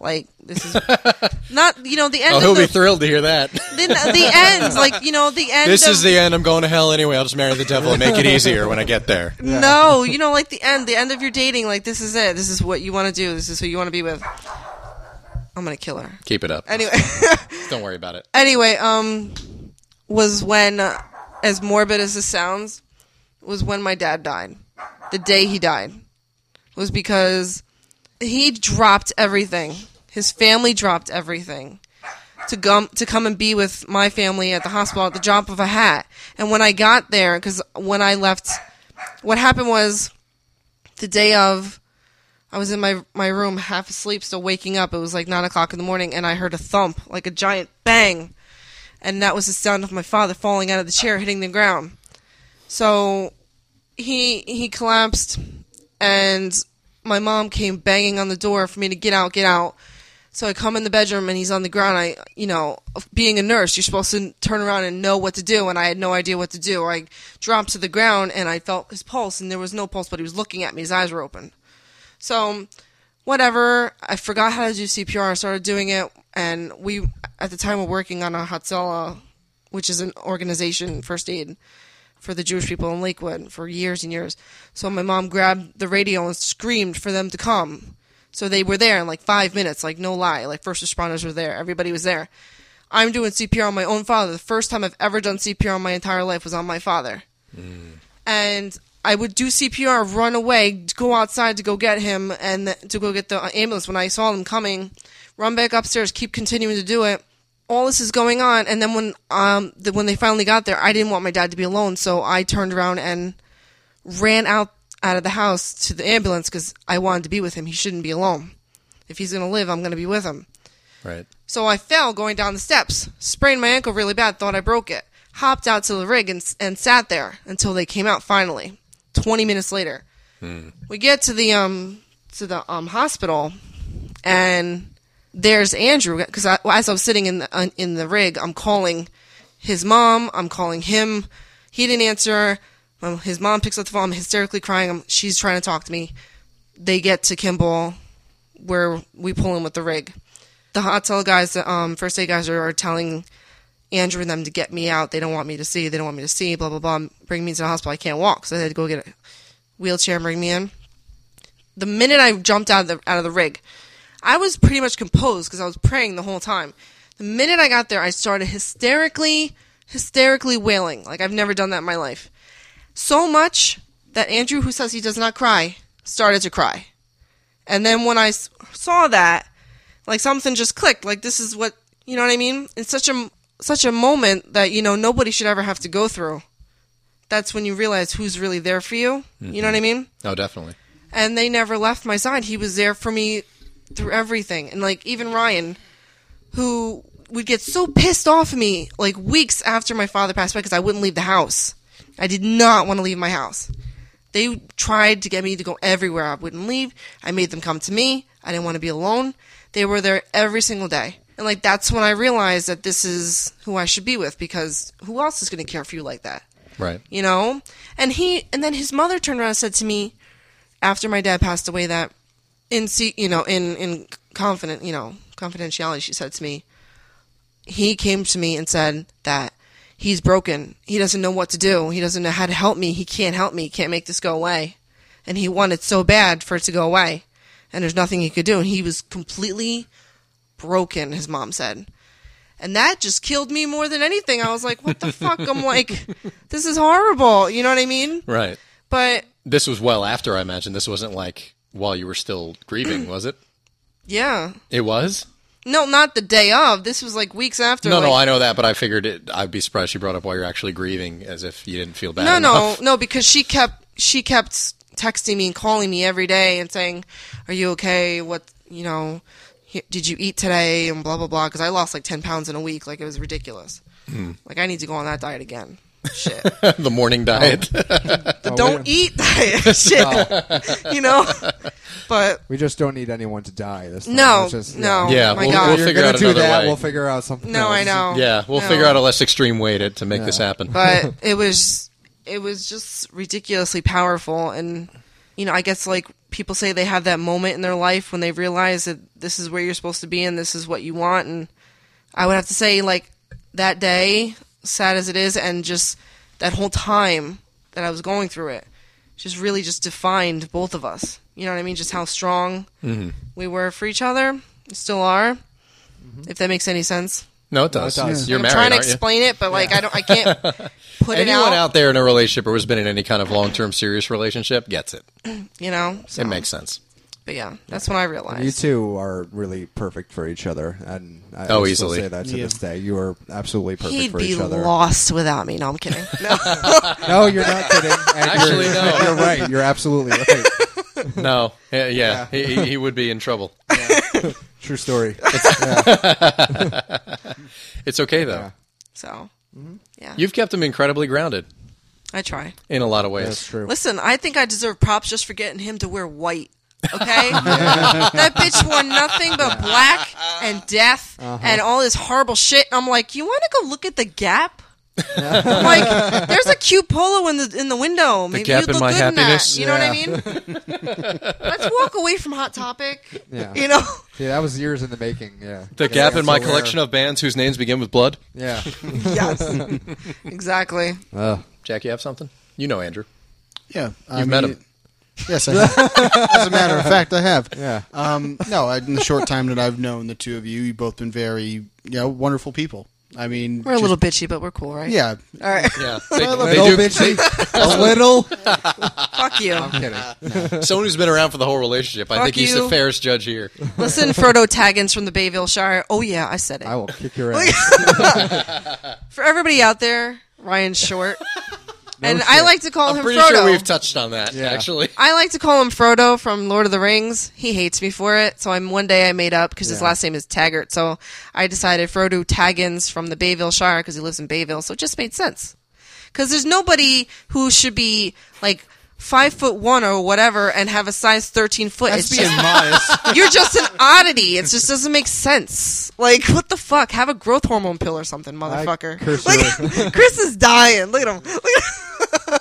S4: Like this
S3: [laughs]
S4: is not you know the end.
S3: Oh,
S4: of
S3: he'll
S4: the,
S3: be thrilled to hear that.
S4: the, the end. Like you know the end.
S3: This
S4: of,
S3: is the end. I'm going to hell anyway. I'll just marry the devil and make it easier when I get there.
S4: No, you know, like the end, the end of your dating. Like this is it. This is what you want to do. This is who you want to be with. I'm gonna kill her
S3: Keep it up.
S4: anyway.
S3: Don't worry about it.
S4: anyway, um, was when, uh, as morbid as this sounds, was when my dad died. The day he died was because he dropped everything. His family dropped everything to come to come and be with my family at the hospital at the drop of a hat. And when I got there, because when I left, what happened was the day of. I was in my my room, half asleep, still waking up. It was like nine o'clock in the morning, and I heard a thump, like a giant bang, and that was the sound of my father falling out of the chair, hitting the ground. So he he collapsed, and my mom came banging on the door for me to get out, get out. So I come in the bedroom and he's on the ground. I, you know, of being a nurse, you're supposed to turn around and know what to do, and I had no idea what to do. I dropped to the ground and I felt his pulse, and there was no pulse, but he was looking at me. His eyes were open. So, whatever. I forgot how to do CPR. I started doing it, and we at the time were working on a Hatzala, which is an organization first aid for the Jewish people in Lakewood for years and years. So my mom grabbed the radio and screamed for them to come. So they were there in like five minutes, like no lie. Like first responders were there. Everybody was there. I'm doing CPR on my own father. The first time I've ever done CPR in my entire life was on my father and I would do CPR, run away, go outside to go get him, and th- to go get the uh, ambulance when I saw them coming, run back upstairs, keep continuing to do it. All this is going on, and then when um the, when they finally got there, I didn't want my dad to be alone, so I turned around and ran out out of the house to the ambulance because I wanted to be with him. He shouldn't be alone. If he's gonna live, I'm gonna be with him.
S3: Right.
S4: So I fell going down the steps, sprained my ankle really bad, thought I broke it. Hopped out to the rig and, and sat there until they came out finally. 20 minutes later. We get to the um to the um hospital and there's Andrew cuz I, as I was sitting in the in the rig, I'm calling his mom, I'm calling him. He didn't answer. Um, his mom picks up the phone, I'm hysterically crying. I'm, she's trying to talk to me. They get to Kimball where we pull in with the rig. The hotel guys, the um, first aid guys, are, are telling Andrew and them to get me out. They don't want me to see. They don't want me to see. Blah blah blah. Bring me to the hospital. I can't walk, so they had to go get a wheelchair and bring me in. The minute I jumped out of the out of the rig, I was pretty much composed because I was praying the whole time. The minute I got there, I started hysterically, hysterically wailing like I've never done that in my life. So much that Andrew, who says he does not cry, started to cry. And then when I s- saw that, like something just clicked. Like this is what you know what I mean. It's such a such a moment that you know nobody should ever have to go through. That's when you realize who's really there for you. You know what I mean?
S3: Oh, definitely.
S4: And they never left my side. He was there for me through everything. And like even Ryan, who would get so pissed off at me like weeks after my father passed away because I wouldn't leave the house. I did not want to leave my house. They tried to get me to go everywhere. I wouldn't leave. I made them come to me. I didn't want to be alone. They were there every single day. And like that's when I realized that this is who I should be with because who else is going to care for you like that?
S3: Right.
S4: You know? And he and then his mother turned around and said to me after my dad passed away that in se- you know, in in confident, you know, confidentiality she said to me he came to me and said that he's broken. He doesn't know what to do. He doesn't know how to help me. He can't help me. He can't make this go away. And he wanted so bad for it to go away. And there's nothing he could do. And he was completely broken, his mom said. And that just killed me more than anything. I was like, what the fuck? I'm like, this is horrible. You know what I mean?
S3: Right.
S4: But
S3: This was well after I imagine. This wasn't like while you were still grieving, was it?
S4: yeah.
S3: It was.
S4: No, not the day of. This was like weeks after.
S3: No,
S4: like,
S3: no, I know that, but I figured it. I'd be surprised she brought up while you're actually grieving, as if you didn't feel bad.
S4: No,
S3: enough.
S4: no, no, because she kept she kept texting me and calling me every day and saying, "Are you okay? What you know? he- Did you eat today?" And blah blah blah. Because I lost like ten pounds in a week. Like it was ridiculous.
S3: Hmm.
S4: Like I need to go on that diet again. Shit.
S3: [laughs] the morning diet.
S4: The [laughs]
S2: Oh,
S4: don't e- eat diet. [laughs] Shit. you know. But
S2: We just don't need anyone to die. This time.
S4: No,
S2: It's just,
S4: no. Oh
S3: yeah,
S4: my
S3: we'll,
S4: God.
S3: we'll
S2: If you're
S3: figure
S2: gonna
S3: out
S2: do
S3: another
S2: that.
S3: way.
S2: We'll figure out something.
S4: no, I
S2: else.
S4: know.
S3: [laughs] yeah, we'll
S4: No.
S3: figure out a less extreme way to, to make this
S4: [laughs]
S3: happen. [laughs]
S4: but it was it was just ridiculously powerful and you know i guess like people say they have that moment in their life when they realize that this is where you're supposed to be and this is what you want and i would have to say like that day sad as it is and just that whole time that i was going through it just really just defined both of us you know what i mean just how strong
S3: Mm-hmm.
S4: we were for each other still are if that makes any sense
S3: no, it does.
S2: No, it does.
S3: You're
S4: I'm
S3: married,
S4: trying to
S3: aren't you?
S4: explain it but like i don't i can't [laughs] put it
S3: Anyone out there in a relationship or has been in any kind of long term serious relationship gets it.
S4: you know. So,
S3: It makes sense.
S4: but yeah, that's when I realized.
S2: You two are really perfect for each other, and I
S3: Oh,
S2: I still
S3: easily.
S2: say that to
S6: Yeah.
S2: this day. You are absolutely perfect
S4: He'd
S2: for
S4: be
S2: each other.
S4: lost without me. No, I'm
S3: [laughs]
S4: kidding. No.
S2: No, you're not kidding. And
S3: Actually,
S2: you're,
S3: no.
S2: [laughs] You're right. You're
S3: [laughs]
S2: absolutely right.
S3: No, yeah, yeah. He, he- he would be in trouble.
S2: True story.
S3: It's okay though.
S4: so, yeah,
S3: You've kept him incredibly grounded
S4: I try.
S3: in a lot of ways.
S2: That's true.
S4: Listen, I think I deserve props just for getting him to wear white. Okay, that bitch wore nothing but black and death and all this horrible shit. I'm like, you want to go look at the Gap? I'm like, there's a cute polo in the in the window. Maybe
S3: Gap
S4: you'd
S3: in
S4: look
S3: my
S4: good
S3: happiness.
S4: in that. You know what I mean? Let's walk away from Hot Topic.
S2: Yeah.
S4: You know,
S2: Yeah, that was years in the making. Yeah.
S3: The gap in my
S2: Somewhere.
S3: collection of bands whose names begin with blood.
S2: Yeah.
S4: exactly.
S2: Ugh.
S3: Jack, you have something? You know Andrew.
S1: Yeah, I
S3: You've met
S1: mean,
S3: him.
S1: Yes, I have. as a matter of fact, I have.
S2: Yeah.
S1: Um, no, I- in the short time that I've known the two of you, you've both been very, you know, wonderful people. I mean,
S4: We're a
S1: just-
S4: little bitchy, but we're cool, right?
S1: Yeah,
S4: All right.
S3: Yeah. [laughs] They,
S2: little
S3: they do.
S2: bitchy. [laughs] a little.
S4: Fuck you.
S2: Kidding.
S3: Someone who's been around for the whole relationship. I
S4: Fuck
S3: think he's the
S4: you.
S3: fairest
S4: [laughs]
S3: judge here.
S4: Listen, Frodo Taggins from the Bayville Shire. Oh yeah, I said it.
S2: I will kick [laughs] your ass.
S4: For everybody out there, Ryan's
S3: [laughs]
S4: short, and I
S2: shit.
S4: like to call
S3: I'm
S4: him
S3: pretty
S4: Frodo.
S3: sure we've touched on that
S2: Yeah.
S3: actually.
S4: I like to call him Frodo from Lord of the Rings. He hates me for it, so I'm one day I made up because his
S2: Yeah.
S4: last name is Taggart. So I decided Frodo Taggins from the Bayville Shire because he lives in Bayville. So it just made sense because there's nobody who should be like five foot one or whatever and have a size 13 foot.
S1: that's
S4: it's
S1: being
S4: just
S1: modest.
S4: [laughs] You're just an oddity. It just doesn't make sense. Like, what the fuck? Have a growth hormone pill or something, motherfucker.
S2: curse
S4: like, [laughs] Chris is dying. Look at him. Look at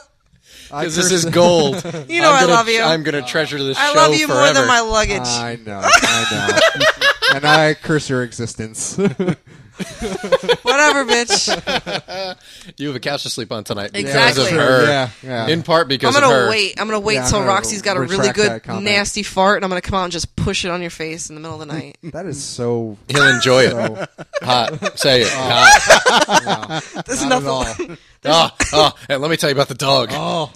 S2: I
S3: Because this is
S2: curse-
S3: gold.
S4: [laughs] You know
S3: I'm
S4: I
S3: gonna,
S4: love you.
S3: I'm going to treasure this
S4: I
S3: show
S4: love you more
S3: forever.
S4: than my luggage.
S2: I know. I know. and I curse your existence. [laughs]
S4: Whatever, bitch.
S3: You have a couch to sleep on tonight because
S4: Exactly.
S3: of her.
S2: Yeah, yeah.
S3: In part
S4: I'm
S3: because of
S4: gonna
S3: her.
S4: wait. I'm gonna wait
S2: Yeah, I'm
S4: till
S2: gonna
S4: Roxy's got a really
S2: retract
S4: good
S2: that comment.
S4: nasty fart, and I'm gonna come out and just push it on your face in the middle of the
S2: [laughs]
S4: night.
S2: That is so.
S3: He'll
S4: [laughs]
S3: enjoy it. [laughs]
S2: so
S3: Hot. Say
S4: Oh.
S3: it. Hot.
S4: There's
S2: not at
S4: nothing.
S2: all.
S3: [laughs] Ah, ah. And let me tell you about the dog.
S4: Oh.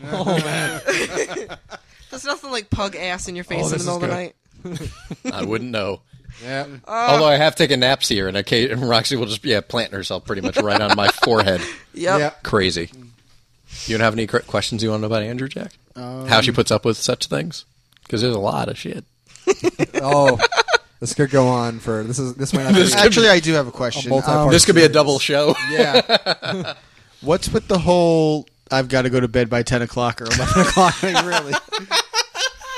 S4: There's nothing like pug ass in your face in the
S2: Oh, this is
S4: middle of the
S2: good.
S4: night.
S3: I wouldn't know.
S2: Yeah.
S4: Uh.
S3: Although I have taken naps here, and okay, and [laughs] Roxy will just yeah plant herself pretty much right on my
S4: [laughs]
S3: forehead.
S4: Yep.
S2: Yeah.
S3: Crazy. You don't have any cr- questions you want to know about Andrew Jack?
S2: Um,
S3: How she puts up with such things? Because there's a lot of shit.
S2: Oh, this could go on for this is this might not be.
S1: Actually, I do have a question.
S2: A multi-part-
S1: Um,
S3: This could be a double show.
S2: [laughs]
S3: [laughs]
S2: yeah,
S1: what's with the whole? I've got to go to bed by ten o'clock or eleven o'clock. Like, really,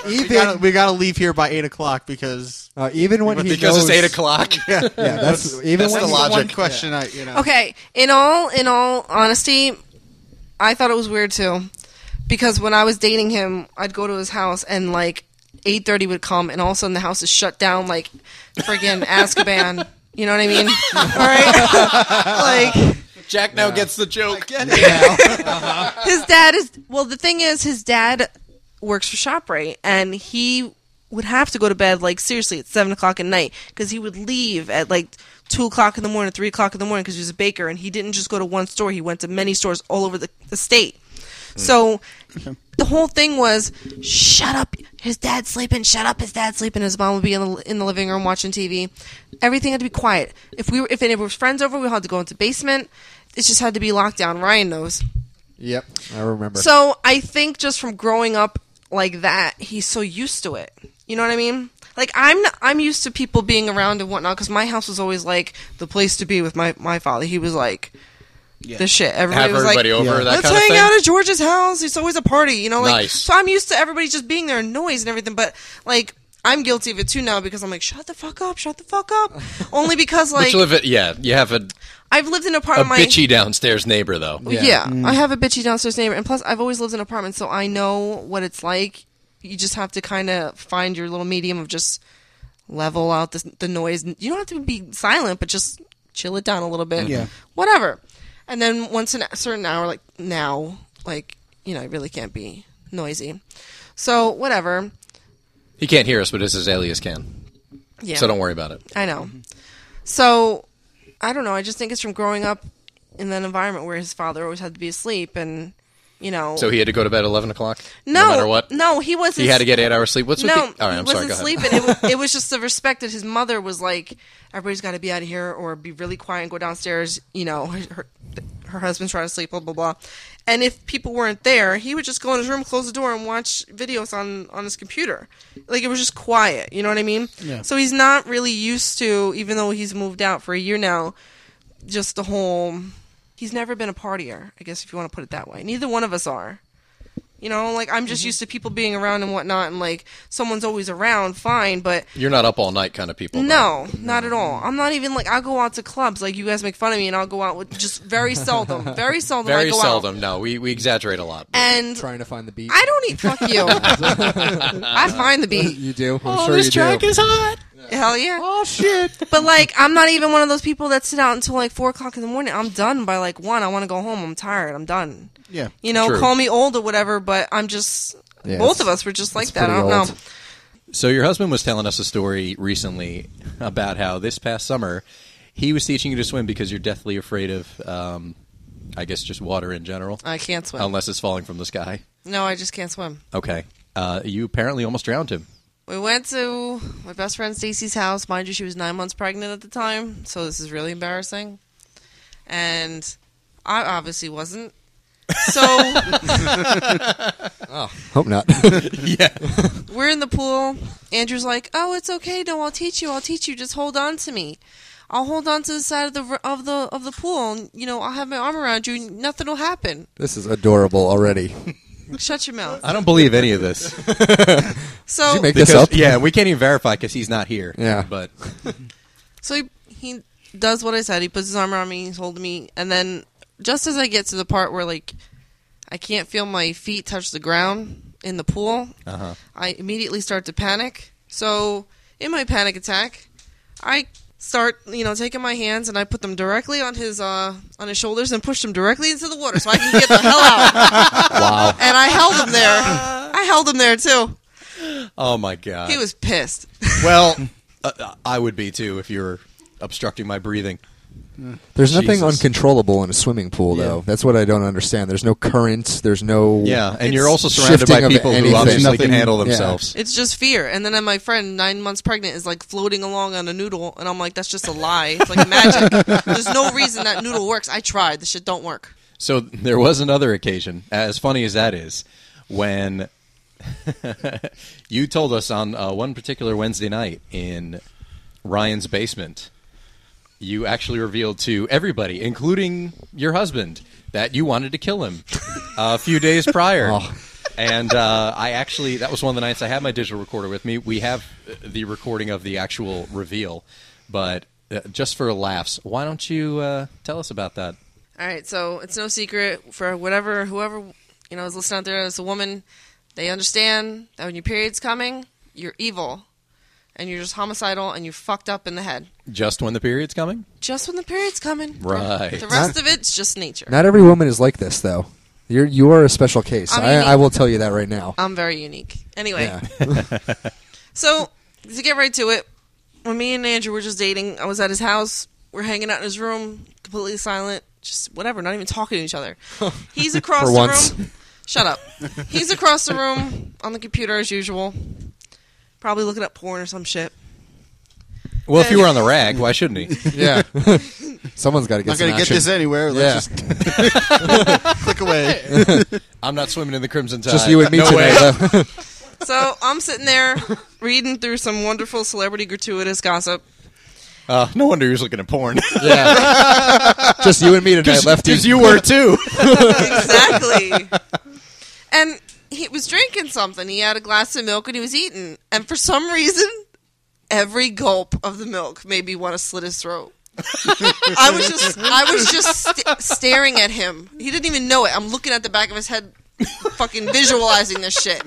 S1: we
S2: [laughs] even
S1: gotta, we gotta leave here by eight o'clock because
S2: Uh, even when he
S3: because it's
S2: knows,
S3: eight o'clock.
S2: [laughs] Yeah, that's, even
S3: that's
S2: when
S3: the
S2: he-
S3: logic.
S1: One question, I you know.
S4: Okay. In all in all honesty, I thought it was weird too. Because when I was dating him, I'd go to his house and like eight thirty would come and all of a sudden the house is shut down like
S2: [laughs]
S4: friggin' Azkaban. You know what I mean? All right. [laughs] like
S3: [laughs] Jack now gets the joke. [laughs]
S2: [laughs]
S4: his dad is well the thing is his dad works for shoprite and he would have to go to bed like seriously at seven o'clock at night because he would leave at like two o'clock in the morning three o'clock in the morning because he was a baker and he didn't just go to one store he went to many stores all over the, the state so the whole thing was shut up his dad's sleeping shut up his dad's sleeping his mom would be in the, in the living room watching tv everything had to be quiet if we were if any of his friends over we had to go into basement it just had to be locked down ryan knows
S2: Yep, I remember.
S4: so I think just from growing up like that, he's so used to it. You know what I mean? Like I'm not, I'm used to people being around and whatnot because my house was always like the place to be with my my father. He was like. The shit. Everybody
S3: Have
S4: was
S3: everybody
S4: like,
S3: over.
S2: Yeah.
S3: That
S4: Let's
S3: kind
S4: hang
S3: of thing.
S4: out at George's house. It's always a party, you know. Like,
S3: Nice.
S4: so I'm used to everybody just being there and noise and everything. But like, I'm guilty of it too now because I'm like, shut the fuck up, shut the fuck
S3: [laughs]
S4: up. Only because
S3: But
S4: like
S3: you live at, yeah, you have a,
S4: I've lived in a part
S3: a
S4: of Oh my
S3: bitchy downstairs neighbor though.
S4: yeah, I have a bitchy downstairs neighbor, and plus I've always lived in an apartment, so I know what it's like. You just have to kind of find your little medium of just level out the, the noise. You don't have to be silent, but just chill it down a little bit.
S1: Yeah.
S4: whatever. And then once in a certain hour, like now, like you know, I really can't be noisy. So whatever.
S3: He can't hear us, but his alias can.
S4: Yeah.
S3: So don't worry about it.
S4: I know. So I don't know. I just think it's from growing up in that environment where his father always had to be asleep and. You know,
S3: So he had to go to bed at eleven o'clock.
S4: No,
S3: matter what.
S4: No, he wasn't.
S3: He had to get eight hours sleep. What's
S4: No,
S3: with the, all right?
S4: he
S3: I'm sorry.
S4: wasn't
S3: Go ahead.
S4: sleeping. It
S3: [laughs]
S4: was, it was just the respect that his mother was like. Everybody's got to be out of here or be really quiet and go downstairs. You know, her, her, her husband's trying to sleep. Blah blah blah. And if people weren't there, he would just go in his room, close the door, and watch videos on on his computer. Like it was just quiet. You know what I mean?
S1: Yeah.
S4: So he's not really used to, even though he's moved out for a year now, just the whole. He's never been a partier, I guess, if you want to put it that way. Neither one of us are. You know, like I'm just used to people being around and whatnot, and like someone's always around, fine, but
S3: You're not up all night kind of people. though.
S4: no, not at all. I'm not even like I'll go out to clubs, like you guys make fun of me, and I'll go out with just very seldom, very seldom, I
S3: very
S4: go out.
S3: seldom. No, we, we exaggerate a lot.
S4: And
S2: trying to find the beat.
S4: I don't eat. Fuck you. I find the
S2: [laughs]
S4: beat.
S2: you do. I'm sure you do.
S3: is hot.
S4: Hell yeah.
S2: oh shit!
S4: But like, I'm not even one of those people that sit out until like four o'clock in the morning. I'm done by like one. I want to go home. I'm tired. I'm done.
S1: Yeah.
S4: You know,
S3: True.
S4: call me old or whatever, but I'm just.
S2: Yeah,
S4: both
S2: it's-
S4: of us were just like
S2: it's
S4: that. I don't
S2: pretty old.
S4: know.
S3: So your husband was telling us a story recently about how this past summer he was teaching you to swim because you're deathly afraid of, um, I guess, just water in general,
S4: I can't swim.
S3: unless it's falling from the sky.
S4: No, I just can't swim.
S3: Okay, uh, you apparently almost drowned him.
S4: We went to my best friend Stacy's house. Mind you, she was nine months pregnant at the time, so this is really embarrassing. And I obviously wasn't. So
S2: Hope not. [laughs]
S4: we're in the pool. Andrew's like, "Oh, it's okay. No, I'll teach you. I'll teach you. Just hold on to me. I'll hold on to the side of the of the of the pool, and you know, I'll have my arm around you. And nothing will happen.
S2: this is adorable already. Did
S4: Shut your mouth."
S3: I don't believe any of [laughs] this.
S4: So
S2: you make
S3: Because,
S2: this up?
S3: Yeah, we can't even verify because he's not here.
S2: Yeah.
S3: but
S4: So he, he does what I said. He puts his arm around me, he's holding me, and then just as I get to the part where like I can't feel my feet touch the ground in the pool,
S3: Uh-huh.
S4: I immediately start to panic. So in my panic attack, I start you know taking my hands and I put them directly on his uh on his shoulders and push them directly into the water so I can get the hell out.
S3: [laughs] wow.
S4: And I held him there. I held him there too.
S3: Oh my god.
S4: He was pissed.
S3: well. Uh, I would be too if you were obstructing my breathing.
S2: There's nothing
S3: Jesus.
S2: uncontrollable in a swimming pool, though. That's what I don't understand. There's no currents. There's no.
S3: Yeah, and you're
S4: It's
S3: also surrounded
S2: shifting
S3: by
S2: of
S3: people who
S2: anything.
S3: obviously can
S1: Nothing-
S3: handle
S2: yeah.
S3: themselves.
S4: It's just fear. And then my friend, nine months pregnant, is like floating along on a noodle, and I'm like, that's just a lie. It's like [laughs] magic. There's no reason that noodle works. I tried. The shit don't work.
S3: So [laughs] there was another occasion, as funny as that is, when [laughs] you told us on uh, one particular Wednesday night in Ryan's basement, you actually revealed to everybody, including your husband, that you wanted to kill him a few days prior. and uh, I actually that was one of the nights I had my digital recorder with me. We have uh, the recording of the actual reveal, but uh, just for laughs, why don't you uh, tell us about that?
S4: All right, so it's no secret for whatever, whoever, you know, is listening out there as a woman, they understand that when your period's coming, you're evil and you're just homicidal and you're fucked up in the head.
S3: Just when the period's coming,
S4: Just when the period's coming.
S3: Right.
S4: The rest of it's just nature.
S2: Not every woman is like this, though. You're you are a special case.
S4: I'm
S2: I,
S4: unique.
S2: I will tell you that right now.
S4: I'm very unique. Anyway,
S2: Yeah.
S4: [laughs] so to get right to it, when me and Andrew were just dating, I was at his house. We're hanging out in his room, completely silent, just whatever, not even talking to each
S2: [laughs]
S4: other. He's across
S2: For
S4: the
S2: once.
S4: room. Shut up. He's across the room on the computer as usual, probably looking up porn or some shit.
S3: well, if you were on the rag, why shouldn't [laughs] he?
S4: [laughs]
S2: yeah. Someone's got to get
S1: Not
S2: some
S1: going to get
S2: action.
S1: this anywhere. Let's
S2: Yeah.
S1: just click
S2: [laughs]
S1: away.
S3: I'm not swimming in the crimson tide.
S2: Just you and me
S3: no way.
S2: tonight. though.
S4: So I'm sitting there reading through some wonderful celebrity gratuitous gossip.
S3: Uh, [laughs] no wonder he was looking at [laughs] porn.
S2: yeah. Just you and me tonight, lefty.
S3: Because you were [laughs] too.
S4: exactly. [laughs] And he was drinking something. He had a glass of milk and he was eating. And for some reason, every gulp of the milk made me want to slit his throat. I was just, I was just st- staring at him. He didn't even know it. I'm looking at the back of his head, fucking visualizing this shit.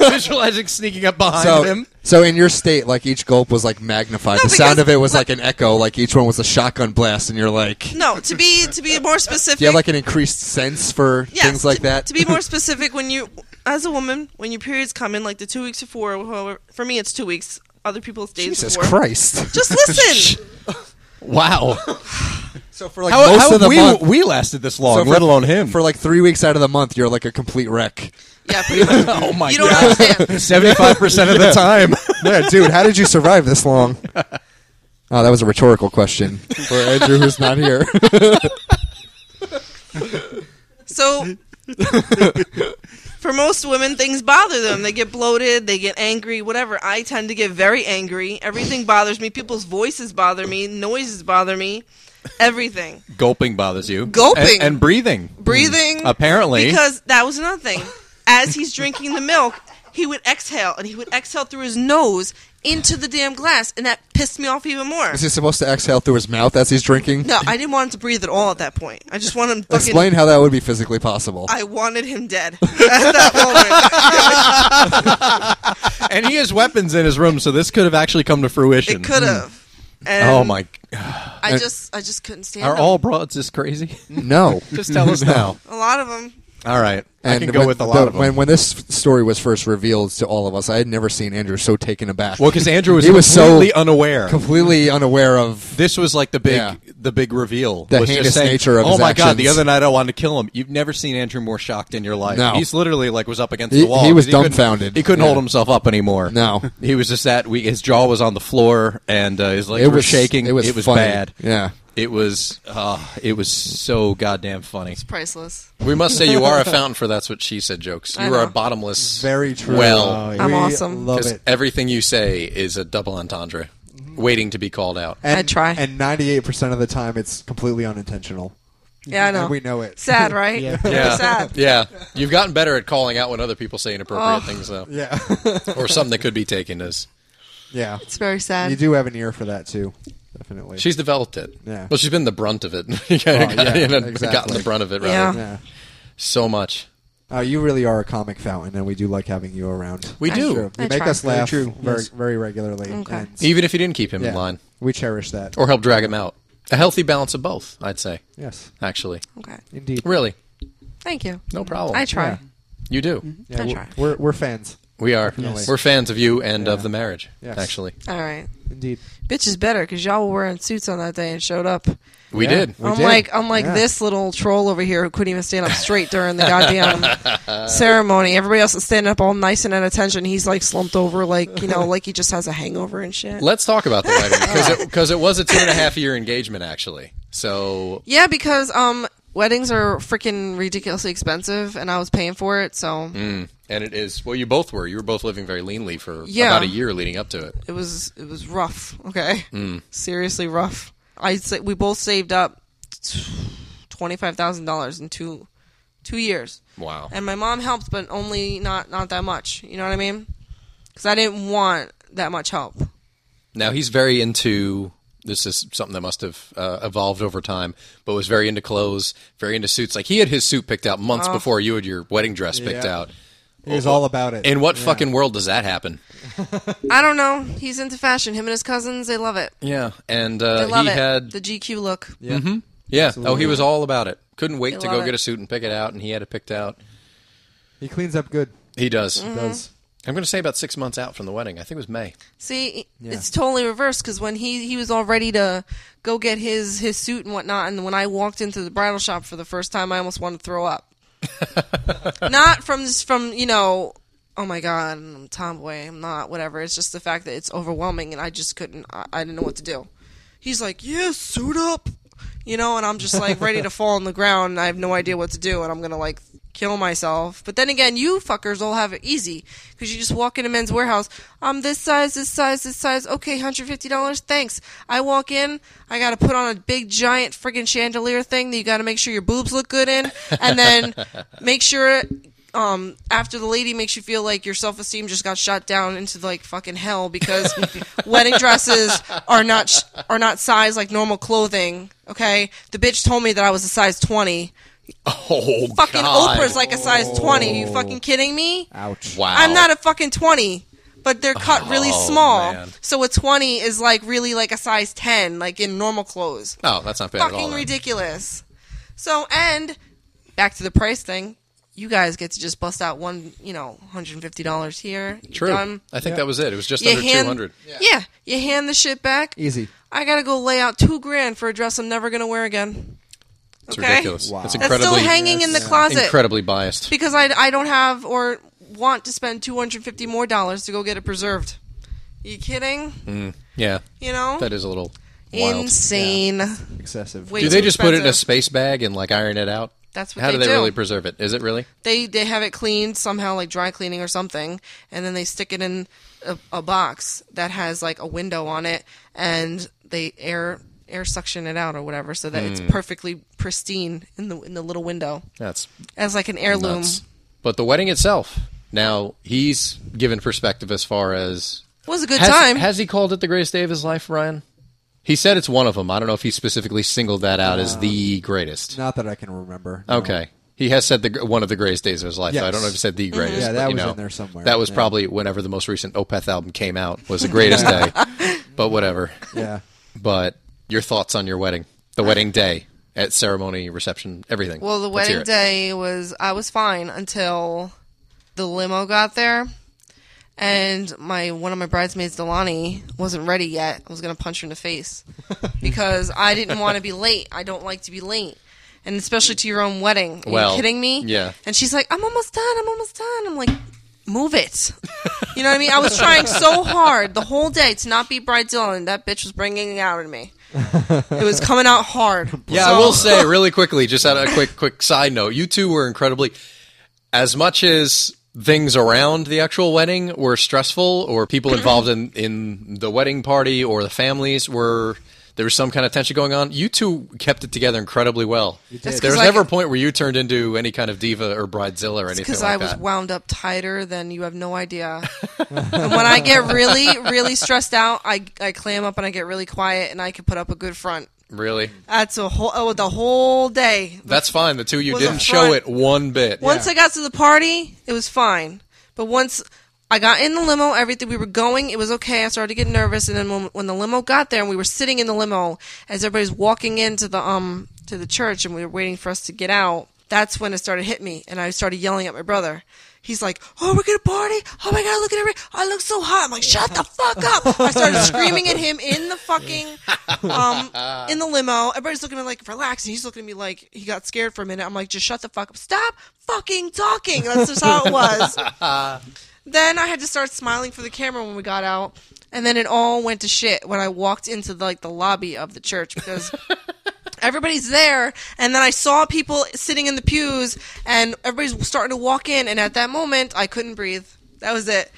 S3: Visualizing sneaking up behind
S2: So,
S3: him.
S2: so in your state, like each gulp was like magnified. the
S4: because-
S2: sound of it was like an echo. Like each one was a shotgun blast, and you're like, do
S4: No, to be to be more specific,
S2: you have like an increased sense for
S4: Yes,
S2: things like
S4: to-
S2: that?
S4: To be more specific, when you, as a woman, when your periods come in, like the two weeks before, or however, for me it's two weeks. Other people's days
S2: [laughs] Jesus
S4: before.
S2: Christ.
S4: Just
S2: [laughs]
S4: listen.
S3: Wow.
S2: So for like
S3: How,
S2: most
S3: how
S2: of the
S3: we,
S2: month,
S3: we lasted this long,
S2: so for-
S3: Oh, let alone him.
S2: For like three weeks out of the month, you're like a complete wreck.
S4: yeah, pretty much.
S3: oh my
S4: you don't
S3: god. [laughs]
S4: understand.
S3: 75% of the [laughs] time.
S2: [laughs] Yeah, dude, how did you survive this long?
S3: [laughs]
S2: Oh, that was a rhetorical question for Andrew, who's not
S3: [laughs]
S2: here.
S4: So, [laughs] for most women, things bother them. They get bloated, they get angry, whatever. I tend to get very angry. Everything bothers me. People's voices bother me. Noises bother me. Everything.
S3: Gulping bothers you.
S4: Gulping.
S3: And, and breathing.
S4: Hmm. Breathing.
S3: Apparently.
S4: Because that was another thing. As he's drinking the milk, he would exhale, and he would exhale through his nose into the damn glass, and that pissed me off even more.
S2: Is he supposed to exhale through his mouth as he's drinking?
S4: No, I didn't want him to breathe at all at that point. I just wanted him fucking.
S2: Explain how that would be physically possible.
S4: I wanted him dead [laughs] at that moment.
S3: and he has weapons in his room, so this could have actually come to fruition.
S4: It could have. And
S3: Oh my.
S4: I just, I just couldn't stand.
S3: Are
S4: them.
S3: all broads this crazy?
S2: no.
S3: Just tell us now.
S4: a lot of them?
S3: All right. [laughs] I can go
S2: when-
S3: with a
S2: the-
S3: lot of them.
S2: When, when this f- story was first revealed to all of us, I had never seen Andrew so taken aback.
S3: well, because Andrew was
S2: He was so
S3: completely unaware.
S2: [laughs] completely unaware of.
S3: This was like the big,
S2: Yeah.
S3: the big reveal.
S2: The
S3: was just
S2: heinous
S3: saying,
S2: nature of
S3: Oh
S2: his
S3: my god! The
S2: actions.
S3: other night I wanted to kill him. You've never seen Andrew more shocked in your life.
S2: No.
S3: He's literally like was up against
S2: He-
S3: the wall.
S2: he was
S3: 'cause couldn't-
S2: dumbfounded.
S3: He couldn't
S2: Yeah.
S3: hold himself up anymore.
S2: No.
S3: he was just that. We, his jaw was on the floor and uh, his legs
S2: It
S3: were
S2: was
S3: shaking.
S2: It was, funny.
S3: bad.
S2: Yeah.
S3: It was. Uh, it was so goddamn funny.
S4: Priceless.
S3: We must say you are a fountain for that's what she said jokes.
S4: I
S3: You are a
S4: know.
S3: bottomless.
S6: Very true.
S2: Oh,
S3: Well,
S4: I'm awesome.
S6: Love
S3: because
S6: it.
S3: everything you say is a double entendre, waiting to be called out.
S6: And,
S4: I try.
S6: And 98% of the time, it's completely unintentional.
S4: Yeah, I know.
S6: And we know it.
S4: Sad, right?
S6: Yeah.
S3: Yeah,
S4: Sad.
S3: [laughs] yeah. You've gotten better at calling out when other people say inappropriate
S4: Oh.
S3: things, though,
S6: [laughs] Yeah. [laughs]
S3: or something that could be taken as.
S6: yeah.
S4: It's very sad.
S6: You do have an ear for that, too. Definitely.
S3: She's developed it.
S6: Yeah. Oh,
S3: Well, she's been the brunt of it. [laughs] You kinda
S6: yeah,
S3: got- you know,
S6: exactly.
S3: Gotten the brunt of it, rather.
S4: Yeah.
S6: yeah.
S3: So much.
S6: Oh, you really are a comic fountain, and we do like having you around.
S3: We
S4: That's
S3: do,
S6: True.
S4: I
S6: You make
S4: try.
S6: us laugh
S2: Very
S6: very,
S2: true.
S6: very,
S2: Yes.
S6: regularly.
S4: Okay.
S6: and-
S3: even if you didn't keep him
S6: yeah.
S3: in line
S6: We cherish that.
S3: or help drag him out. A healthy balance of both, I'd say.
S6: Yes,
S3: Actually,
S4: Okay.
S6: indeed.
S3: really,
S4: Thank you.
S3: no problem.
S4: I Mm-hmm. try.
S6: Yeah.
S3: You do.
S6: Yeah,
S4: I
S6: we're,
S4: try.
S6: we're, we're fans.
S3: We are.
S6: Yes.
S3: We're fans of you and of
S6: Yeah.
S3: the marriage.
S6: Yes.
S3: Actually,
S4: All right.
S6: Indeed.
S4: Bitch is better because y'all were wearing suits on that day and showed up.
S3: we
S6: Yeah.
S3: did.
S6: We did.
S4: unlike unlike
S6: Yeah.
S4: this little troll over here who couldn't even stand up straight during the
S6: [laughs]
S4: goddamn ceremony. Everybody else is standing up all nice and at attention. He's like slumped over, like you know, like he just has a hangover and shit.
S3: Let's talk about the wedding
S6: [laughs]
S3: because it, 'cause it was a two and a half year engagement actually. So
S4: yeah, because um, weddings are freaking ridiculously expensive, and I was paying for it, so
S3: Mm. and it is well, you both were. You were both living very leanly for
S4: Yeah.
S3: about a year leading up to it.
S4: it was it was rough. Okay,
S3: Mm.
S4: seriously rough. I we both saved up twenty five thousand dollars in two two years.
S3: Wow.
S4: And my mom helped, but only not not that much. You know what I mean? Because I didn't want that much help.
S3: Now he's very into. This is something that must have uh, evolved over time, but was very into clothes, very into suits. Like he had his suit picked out
S4: Oh.
S3: months before you had your wedding dress picked
S2: Yeah.
S3: out.
S2: He was all about it.
S3: In Oh, what fucking world does that happen?
S4: I don't know. He's into fashion. Him and his cousins, they love it.
S3: Yeah, and
S4: They
S3: uh,
S4: love
S3: he
S4: it.
S3: had
S4: the GQ look.
S3: yeah. Oh, he was all about it. Couldn't wait
S4: They
S3: to go
S4: love
S3: get
S4: it.
S3: a suit and pick it out, and he had it picked out.
S2: he cleans up good.
S4: Mm-hmm.
S3: He does.
S4: Mm.
S2: Does
S3: I'm going to say about six months out from the wedding. I think it was May.
S4: See, it's totally reversed because when he he was all ready to go get his his suit and whatnot, and when I walked into the bridal shop for the first time, I almost wanted to throw up. not from this- from you know, oh my god, I'm a tomboy, I'm not whatever. It's just the fact that it's overwhelming, and I just couldn't. I, I didn't know what to do. He's like, yeah, suit up, you know, and I'm just like ready to fall on the ground. And I have no idea what to do, and I'm gonna like kill myself. But then again, you fuckers all have it easy because you just walk into Men's Warehouse. I'm this size, this size, this size. Okay, hundred fifty dollars. Thanks. I walk in. I gotta put on a big giant friggin' chandelier thing that you gotta make sure your boobs look good in, and then make sure. Um, after the lady makes you feel like your self esteem just got shot down into like fucking hell
S3: [laughs]
S4: because wedding dresses are not sh- are not sized like normal clothing. Okay, the bitch told me that I was a size twenty.
S3: Oh,
S4: Fucking
S3: God. Oh.
S4: Oprah's like a size twenty. Are you fucking kidding me?
S6: Ouch.
S3: wow.
S4: I'm not a fucking 20, but they're cut really
S3: Oh,
S4: small.
S3: man.
S4: So a 20 is like really like a size 10, like in normal clothes.
S3: Oh, that's not bad at all.
S4: Fucking
S3: then.
S4: ridiculous. So, and back to the price thing. You guys get to just bust out one, you know, $150 here. You're
S3: True.
S4: Done.
S3: I think that was it. It was just
S4: You
S3: under
S4: hand,
S3: 200.
S4: yeah. you hand the shit back.
S2: easy.
S4: I gotta go lay out two grand for a dress I'm never gonna wear again.
S3: It's
S4: Okay?
S3: ridiculous.
S6: Wow.
S3: It's
S6: That's
S4: That's
S3: incredibly
S4: still hanging in the closet
S3: incredibly biased.
S4: because I, I don't have or want to spend 250 more dollars to go get it preserved. You kidding?
S3: Yeah,
S4: You know?
S3: Mm. that is a little wild.
S4: Insane.
S6: Excessive.
S4: Way
S3: do they
S4: too
S3: just put it in a
S4: expensive.
S3: space bag and like iron it out?
S4: That's what
S3: How do
S4: they
S3: they
S4: do.
S3: really preserve it? Is it really?
S4: They they have it cleaned somehow like dry cleaning or something and then they stick it in a, a box that has like a window on it and they air air suction it out or whatever so that
S3: Hmm.
S4: it's perfectly pristine in the in the little window
S3: That's
S4: as like an heirloom.
S3: nuts. But the wedding itself. Now he's given perspective as far as
S4: Was a good
S3: has,
S4: time.
S3: Has he called it the greatest day of his life, Ryan? He said it's one of them. I don't know if he specifically singled that out as the greatest.
S6: Not that I can remember. No.
S3: Okay. He has said the gr- one of the greatest days of his life. though. I
S6: Yes.
S3: don't know if he said the greatest.
S6: Yeah,
S3: but,
S6: that
S3: you
S6: was
S3: know,
S6: in there somewhere.
S3: That was
S6: Yeah.
S3: probably whenever the most recent Opeth album came out was
S6: [laughs]
S3: the greatest day. But whatever.
S6: Yeah.
S3: But your thoughts on your wedding, the wedding day, at ceremony, reception, everything.
S4: Well, the
S3: Let's hear
S4: wedding
S3: it.
S4: day was I was fine until the limo got there, and my one of my bridesmaids, Delani, wasn't ready yet. I was gonna punch her in the
S3: [laughs]
S4: face because I didn't want to be late. I don't like to be late. And especially to your own wedding. Are
S3: Well,
S4: you kidding me?
S3: yeah.
S4: And she's like, I'm almost done. I'm almost done. I'm like, move it. You know what I mean? I was trying so hard the whole day to not be Bride Dylan. That bitch was bringing it out in me. It was coming out hard.
S3: Yeah, I
S4: [laughs]
S3: will say really quickly, just out of a quick quick side note, you two were incredibly as much as things around the actual wedding were stressful
S4: [clears throat]
S3: or people involved in, in the wedding party or the families were there was some kind of tension going on. You two kept it together incredibly well.
S4: That's
S3: There
S4: 'cause
S3: was
S4: I
S3: never a
S4: could-
S3: point where you turned into any kind of diva or bridezilla or anything
S4: because
S3: like
S4: I was
S3: that.
S4: wound up tighter than you have no
S3: [laughs]
S4: idea. and when I get really, really stressed out, I, I clam up and I get really quiet and I can put up a good front.
S3: really?
S4: That's a whole oh, the whole day.
S3: That's fine. The two of you
S4: Was a
S3: didn't show
S4: front.
S3: it one bit.
S4: Once I got to the party, it was fine. But once I got in the limo, everything we were going, it was okay. I started to get nervous, and then when, when the limo got there, and we were sitting in the limo as everybody's walking into the um to the church, and we were waiting for us to get out. That's when it started to hit me, and I started yelling at my brother. He's like, "Oh, we're gonna party! Oh my god, look at every! I look so hot!" I'm like, "Shut the fuck up!" I started screaming at him in the fucking um, in the limo. Everybody's looking at me like, relax. And he's looking at me like he got scared for a minute. I'm like, just shut the fuck up. Stop fucking talking. That's just how it was. then I had to start smiling for the camera when we got out. And then it all went to shit when I walked into the, like the lobby of the church because everybody's there and then i saw people sitting in the pews and everybody's starting to walk in and at that moment i couldn't breathe that was it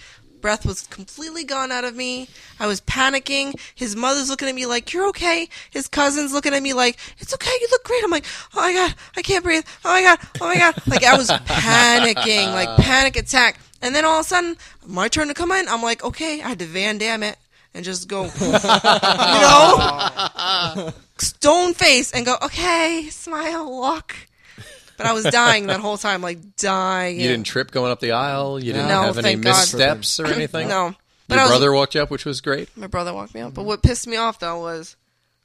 S4: breath was completely gone out of me. I was panicking. His mother's looking at me like, "You're okay." His cousin's looking at me like, "It's okay. You look great." I'm like, "Oh my god, I can't breathe. Oh my god, oh my god!" Like I was panicking, like panic attack. And then all of a sudden, my turn to come in. I'm like, "Okay," I had to Van Dam it and just go, you know, [laughs] stone face and go, "Okay, smile, walk." But I was dying that whole time, like dying.
S3: You didn't trip going up the aisle. You didn't
S4: No,
S3: have any
S4: thank God.
S3: missteps or anything.
S4: No. But
S3: Your
S4: I was-
S3: brother walked you up, which was great.
S4: My brother walked me out. But what pissed me off though was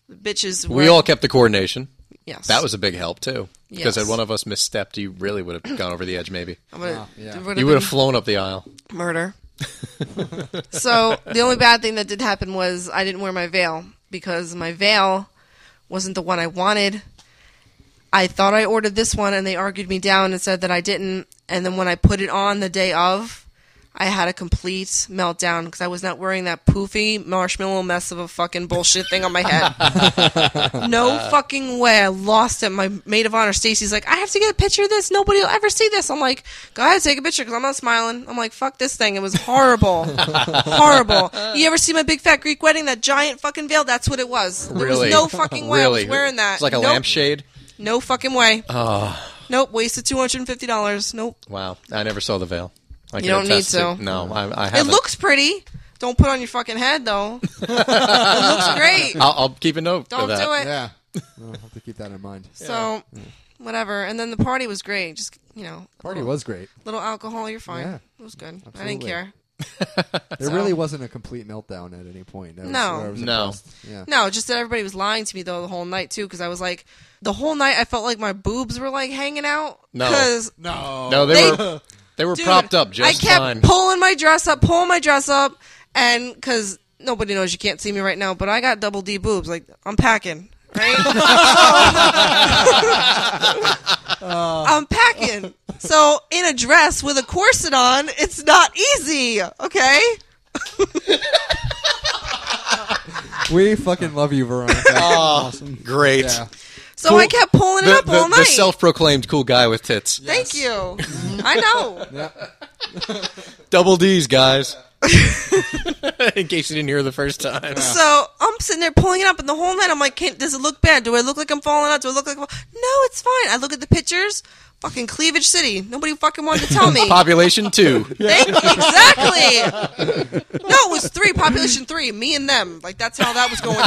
S4: the bitches.
S3: We
S4: were-
S3: all kept the coordination.
S4: Yes,
S3: That was a big help too.
S4: Yes.
S3: Because had one of us misstepped, you really would have gone over the edge. Maybe
S4: I would've- it would've
S3: you would
S4: been-
S3: have flown up the aisle. [laughs]
S4: murder. so the only bad thing that did happen was I didn't wear my veil because my veil wasn't the one I wanted. I thought I ordered this one, and they argued me down and said that I didn't. And then when I put it on the day of, I had a complete meltdown because I was not wearing that poofy marshmallow mess of a fucking bullshit thing on my head.
S3: [laughs]
S4: no fucking way. I lost it. My maid of honor, Stacy's like, I have to get a picture of this. Nobody will ever see this. I'm like, go ahead, take a picture because I'm not smiling. I'm like, fuck this thing. It was
S3: [laughs]
S4: horrible. horrible. You ever see my big fat Greek wedding? That giant fucking veil? That's what it was. There
S3: really,
S4: was no fucking way
S3: Really,
S4: I was wearing that.
S3: It's like a
S4: Nope.
S3: lampshade.
S4: No fucking way. Nope. Wasted two hundred and fifty dollars. Nope.
S3: Wow, I never saw the veil. I can
S4: don't need
S3: attest
S4: to.
S3: No, I, I haven't.
S4: It looks pretty. Don't put it on your fucking head
S3: [laughs]
S4: though. it looks great.
S3: I'll, I'll keep a note.
S4: Don't
S3: of that.
S4: do it.
S1: Yeah.
S2: I'll have to keep that in mind.
S4: So, whatever. And then the party was great. Just you know,
S2: Party was great.
S4: little alcohol. You're fine.
S2: Yeah.
S4: It was good. I didn't
S2: Absolutely.
S4: care.
S2: There really wasn't a complete meltdown at any point. That was-
S4: No.
S2: I was
S3: No.
S2: impressed. Yeah.
S4: No, just that everybody was lying to me though the whole night too. Because I was like, the whole night I felt like my boobs were like hanging out.
S3: No.
S4: 'Cause
S1: No.
S3: No, they,
S4: They-
S3: were they were
S4: Dude,
S3: propped up just
S4: I kept
S3: fine.
S4: pulling my dress up, pulling my dress up, and because nobody knows, you can't see me right now, but I got double D boobs. Like I'm packing,
S3: [laughs]
S4: right? I'm packing. So in a dress with a corset on, it's not easy. Okay.
S2: We fucking love
S4: [laughs]
S2: you, Veronica.
S4: Oh,
S3: Great.
S4: So I kept pulling it
S3: The,
S4: up
S3: the-
S4: all
S3: the
S4: night.
S3: self-proclaimed cool guy with tits.
S4: Thank you. I know.
S3: Double D's,
S4: [laughs]
S3: guys. In case you didn't hear the first time.
S4: So I'm sitting there pulling it up, and the whole night I'm like, Can, "Does it look bad? Do I look like I'm falling out? Do I look like I'm... no? It's fine." I look at the pictures. Fucking cleavage city. Nobody fucking wanted to tell me.
S3: [laughs] Population two.
S4: Thank- exactly. No, it was three. Population three. Me and them. Like that's how that was going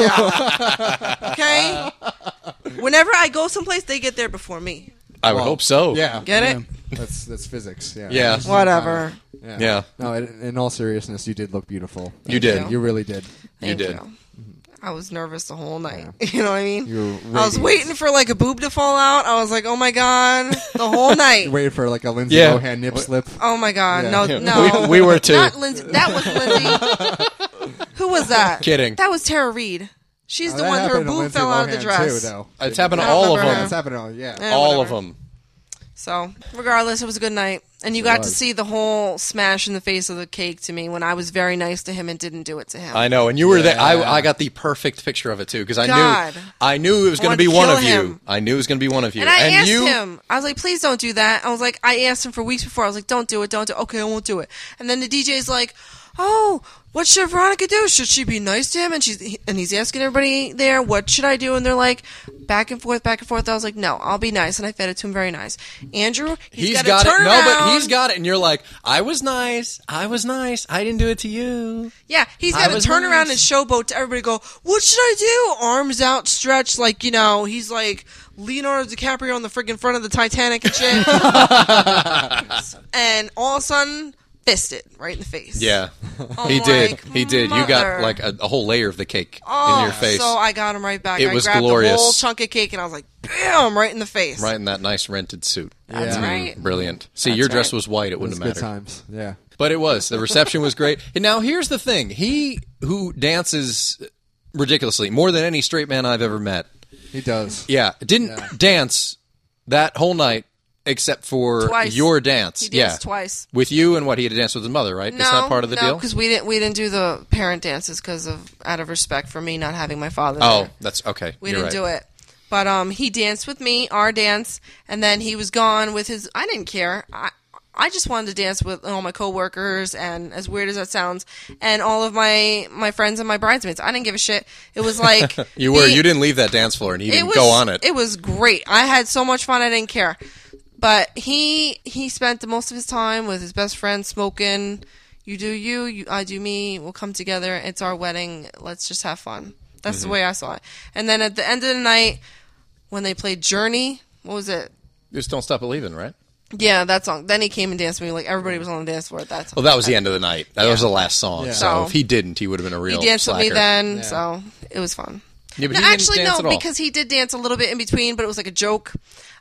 S4: down. Okay. Whenever I go someplace, they get there before me.
S3: I would hope so.
S1: Yeah.
S4: Get it?
S2: that's that's physics. Yeah.
S3: Yeah.
S4: Whatever.
S2: Yeah.
S3: Yeah.
S2: No, in, in all seriousness, you did look beautiful.
S3: You did.
S4: you.
S2: You really did.
S3: You
S4: Thank
S3: did.
S4: I was nervous the whole night. [laughs] You know what I mean?
S2: You were
S4: I was
S2: radiant.
S4: waiting for like a boob to fall out. I was like, oh my god, the whole night.
S2: You waited for like a Lindsay
S3: Yeah.
S2: Lohan nip slip.
S4: Oh my god,
S2: [laughs]
S4: no,
S2: Yeah.
S4: no.
S3: [laughs] We- we were too.
S4: Not Lindsay. That was Lindsay.
S2: [laughs]
S4: Who was that?
S3: Kidding.
S4: That was Tara Reed. She's the
S2: Uh, That
S4: one her
S2: happened to
S4: boob
S2: Lindsay
S4: fell out of the
S2: Lohan,
S4: dress.
S2: Too, though.
S3: It's happened to
S4: I don't
S3: all of
S4: remember.
S2: Yeah,
S3: them.
S2: it's happened to all. Yeah.
S4: Eh,
S3: All of
S4: whatever.
S3: them.
S4: So, regardless, it was a good night, and you got to
S2: was.
S4: see the whole smash in the face of the cake to me when I was very nice to him and didn't do it to him.
S3: I know, and you were there. I, I got the perfect picture of it too, because I
S4: God.
S3: knew I knew it was going
S4: Wanted
S3: to
S4: to
S3: be one
S4: kill
S3: of you.
S4: him.
S3: I knew it was going to be one of you,
S4: And I asked
S3: you
S4: him. I was like, please don't do that. I was like, I asked him for weeks before. I was like, don't do it, don't do it. Okay, I won't do it. And then the DJ's like, oh, what should Veronica do? Should she be nice to him? And she's he- and he's asking everybody there, what should I do? And they're like, back and forth, back and forth. I was like, no, I'll be nice. And I fed it to him very nice. Andrew,
S3: he's
S4: got,
S3: got
S4: to
S3: it.
S4: turn
S3: No, but
S4: around.
S3: he's got it, and you're like, I was nice. I was nice. I didn't do it to you.
S4: Yeah, he's
S3: I
S4: got to
S3: was
S4: turn around and
S3: nice.
S4: showboat to everybody. Go, what should I do? Arms outstretched, like you know, he's like Leonardo DiCaprio on the friggin' front of the Titanic and shit.
S3: [laughs]
S4: and all of a sudden, fisted right in the face. [laughs]
S3: Yeah,
S4: I'm
S3: he did.
S4: like,
S3: He did. You got
S4: "Mother."
S3: like a, a whole layer of the cake
S4: Oh,
S3: in your face,
S4: So I got him right back.
S3: It
S4: I
S3: was
S4: grabbed the
S3: glorious.
S4: whole chunk of cake and I was like, bam, right in the face.
S3: right Mm. in that nice rented suit.
S4: That's
S2: Yeah.
S4: right.
S3: Brilliant. See, your dress
S4: right.
S3: was white. It
S2: It's
S3: wouldn't
S2: good
S3: matter.
S2: times. Yeah.
S3: But it was. The reception was great. And now here's the thing. He who dances ridiculously more than any straight man I've ever met.
S2: He does.
S3: Yeah, didn't dance that whole night except for
S4: Twice.
S3: your dance.
S4: He
S3: yeah.
S4: danced twice.
S3: With you and what he had to dance with his mother, right?
S4: No,
S3: That's not part of the
S4: no,
S3: deal.
S4: because we didn't we didn't do the parent dances because of out of respect for me not having my father.
S3: Oh,
S4: there.
S3: that's okay.
S4: We
S3: You're
S4: didn't do
S3: right.
S4: it. But um, he danced with me, our dance, and then he was gone with his. I didn't care. I I just wanted to dance with all my coworkers, and as weird as that sounds, and all of my my friends and my bridesmaids. I didn't give a shit. It was like
S3: [laughs] You were.
S4: the-
S3: you didn't leave that dance floor, and you didn't go on it.
S4: It was great. I had so much fun. I didn't care. But he he spent the most of his time with his best friend smoking. You do you, you I do me. We'll come together. It's our wedding. Let's just have fun. That's
S3: Mm-hmm.
S4: the way I saw it. And then at the end of the night, when they played Journey, what was it?
S3: Just don't stop believing, right?
S4: Yeah, that song. Then he came and danced with me. Like
S3: Mm.
S4: everybody was on the dance floor at that time.
S3: Well, that was the end of the night. That was the last song. So,
S4: So-
S3: if he didn't, he would have been a
S4: he
S3: real.
S4: danced with me
S3: slacker.
S4: then, so it was fun.
S3: Yeah, but
S4: No,
S3: he didn't
S4: actually,
S3: dance
S4: no,
S3: at all.
S4: because he did dance a little bit in between, but it was like a joke.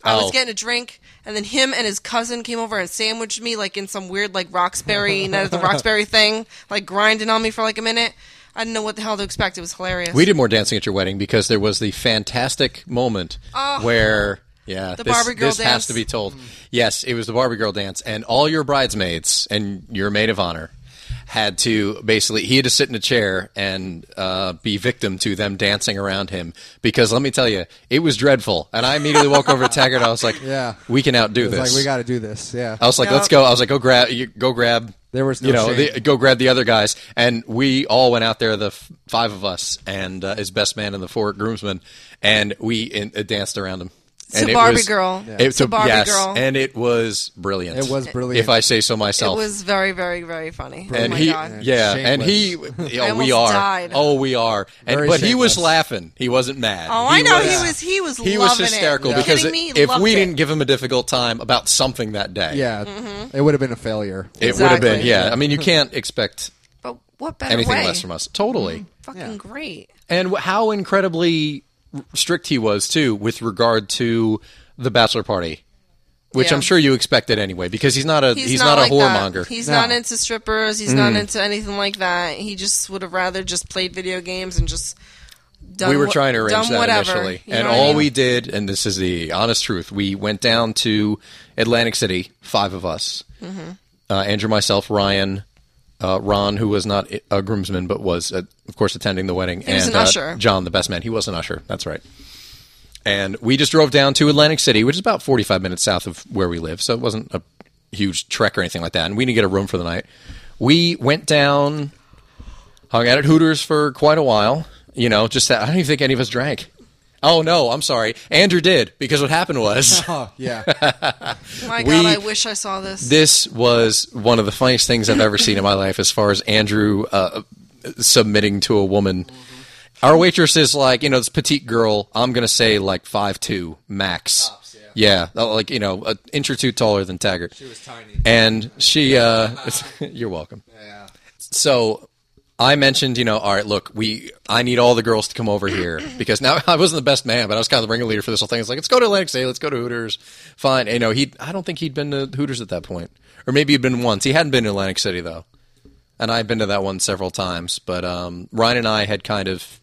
S4: I
S3: Oh.
S4: was getting a drink, and then him and his cousin came over and sandwiched me like in some weird like Roxbury, not
S3: [laughs]
S4: the Roxbury thing, like grinding on me for like a minute. I didn't know what the hell to expect. It was hilarious.
S3: We did more dancing at your wedding because there was the fantastic moment where yeah,
S4: Oh. The
S3: this,
S4: Barbie girl
S3: this has
S4: dance.
S3: to be told. Yes, it was the Barbie girl dance, and all your bridesmaids and your maid of honor had to basically he had to sit in a chair and uh, be victim to them dancing around him because let me tell you it was dreadful and i immediately walked over to taggart i was like
S2: [laughs] Yeah.
S3: we can outdo
S2: It's
S3: this
S2: like we got to do this. Yeah.
S3: I was like,
S4: Yeah.
S3: let's go. I was like, go grab, you, go grab.
S2: There was no
S3: you know,
S2: shame.
S3: the, go grab the other guys, and we all went out there, the f- five of us, and uh, his best man and the four groomsmen, and we in, uh, danced around him.
S4: To
S3: and
S4: Barbie Girl. Yeah.
S3: It,
S4: To Barbie
S3: yes,
S4: Girl.
S3: and it was brilliant.
S2: It was brilliant.
S3: if I say so
S4: it
S3: myself.
S4: was very, very, very funny.
S3: and
S4: oh my
S3: he,
S4: god!
S3: yeah, and
S4: [laughs]
S3: he,
S4: I
S3: oh, we
S4: almost
S3: are,
S4: died.
S3: oh, we are, and
S2: Very
S3: but he was
S2: shameless.
S3: laughing. He wasn't mad.
S4: Oh, I know he was. He was.
S3: He was
S4: loving
S3: hysterical
S4: it. You
S3: because
S4: kidding
S3: it-
S4: me?
S3: if
S4: Loved
S3: we
S4: it.
S3: didn't give him a difficult time about something that day,
S2: yeah.
S4: Mm-hmm.
S2: It would have been a failure.
S3: it would have been.
S4: Exactly.
S3: Yeah, I mean, you can't expect
S4: but what better
S3: anything
S4: way?
S3: less from us. Totally.
S4: Fucking great.
S3: And wh- how incredibly r- strict he was too with regard to the bachelor party, which
S4: Yeah.
S3: I'm sure you expected anyway, because he's not a he's, not, a
S4: like that.
S3: whoremonger. Mm.
S4: He's
S2: No.
S4: not into strippers. He's not into anything like that. He just would have rather just played video games and just done.
S3: we were
S4: what-
S3: trying to
S4: done
S3: arrange that
S4: whatever,
S3: initially,
S4: you
S3: and
S4: know what I
S3: all
S4: mean?
S3: we did, and this is the honest truth, we went down to Atlantic City, five of us, uh, Andrew, myself, Ryan. Uh, Ron, who was not i- a groomsman but was, uh, of course, attending the wedding,
S4: was an
S3: and uh,
S4: usher.
S3: John, the best man, he was an usher. That's right. and we just drove down to Atlantic City, which is about 45 minutes south of where we live, so it wasn't a huge trek or anything like that. And we didn't get a room for the night. We went down, hung out at Hooters for quite a while. You know, just that I don't even think any of us drank. Oh no, I'm sorry. Andrew did because what
S4: [laughs]
S3: happened was
S2: Oh,
S3: [laughs]
S2: yeah.
S4: My
S3: we-
S4: God, I wish I saw this.
S3: this was one of the funniest things I've ever seen in my life as far as Andrew uh, submitting to a woman. Our waitress is like, you know, this petite girl, I'm going to say like five two max. yeah. uh, like, you know, an inch or two taller than Taggart. She was
S2: tiny.
S3: And she, uh, [laughs] you're welcome. Yeah. So I mentioned, you know, all right, look, we, I need all the girls to come over here because now [laughs] I wasn't the best man, but I was kind of the ringleader for this whole thing. It's like, let's go to Atlantic City, let's go to Hooters. Fine, And, you know, he, I don't think he'd been to Hooters at that point, or maybe he'd been once. He hadn't been to Atlantic City though, and I'd been to that one several times. But um, Ryan and I had kind of,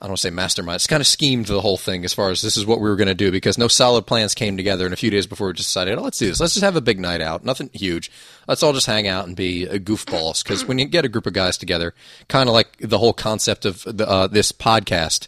S3: I don't want to say mastermind, it's kind of schemed the whole thing as far as this is what we were going to do because no solid plans came together. And a few days before, we just decided, oh, let's do this. Let's just have a big night out, nothing huge. Let's all just hang out and be uh, goofballs because when you get a group of guys together, kind of like the whole concept of the, uh, this podcast,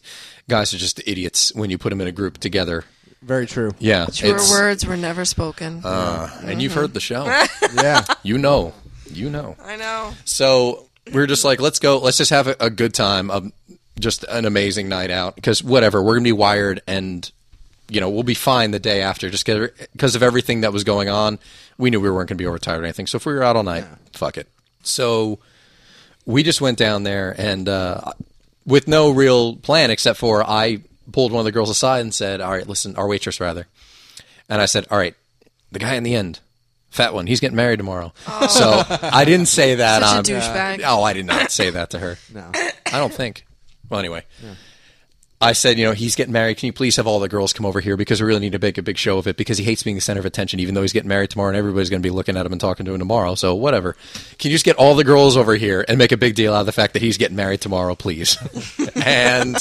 S3: guys are just idiots when you put them in a group together.
S2: Very true.
S3: Yeah,
S4: Truer
S3: it's- Uh,
S4: words were never spoken.
S3: and you've heard the show. [laughs]
S2: Yeah.
S3: you know, you know.
S4: I know.
S3: So we were just like, let's go. Let's just have a, a good time. Um, just an amazing night out because whatever we're gonna be wired and you know we'll be fine the day after just because of everything that was going on we knew we weren't gonna be overtired or anything so if we were out all night fuck it so we just went down there and uh, with no real plan except for I pulled one of the girls aside and said, "All right, listen, our waitress rather," and I said, "All right, the guy in the end, fat one, he's getting married tomorrow." So I didn't say that.
S4: Oh. Such a
S3: on-
S4: douchebag.
S3: Oh, I did not say that to her. no, I don't think. Well, anyway. I said, you know, he's getting married. Can you please have all the girls come over here because we really need to make a big show of it because he hates being the center of attention, even though he's getting married tomorrow and everybody's going to be looking at him and talking to him tomorrow. So, whatever. Can you just get all the girls over here and make a big deal out of the fact that he's getting married tomorrow, please? [laughs] and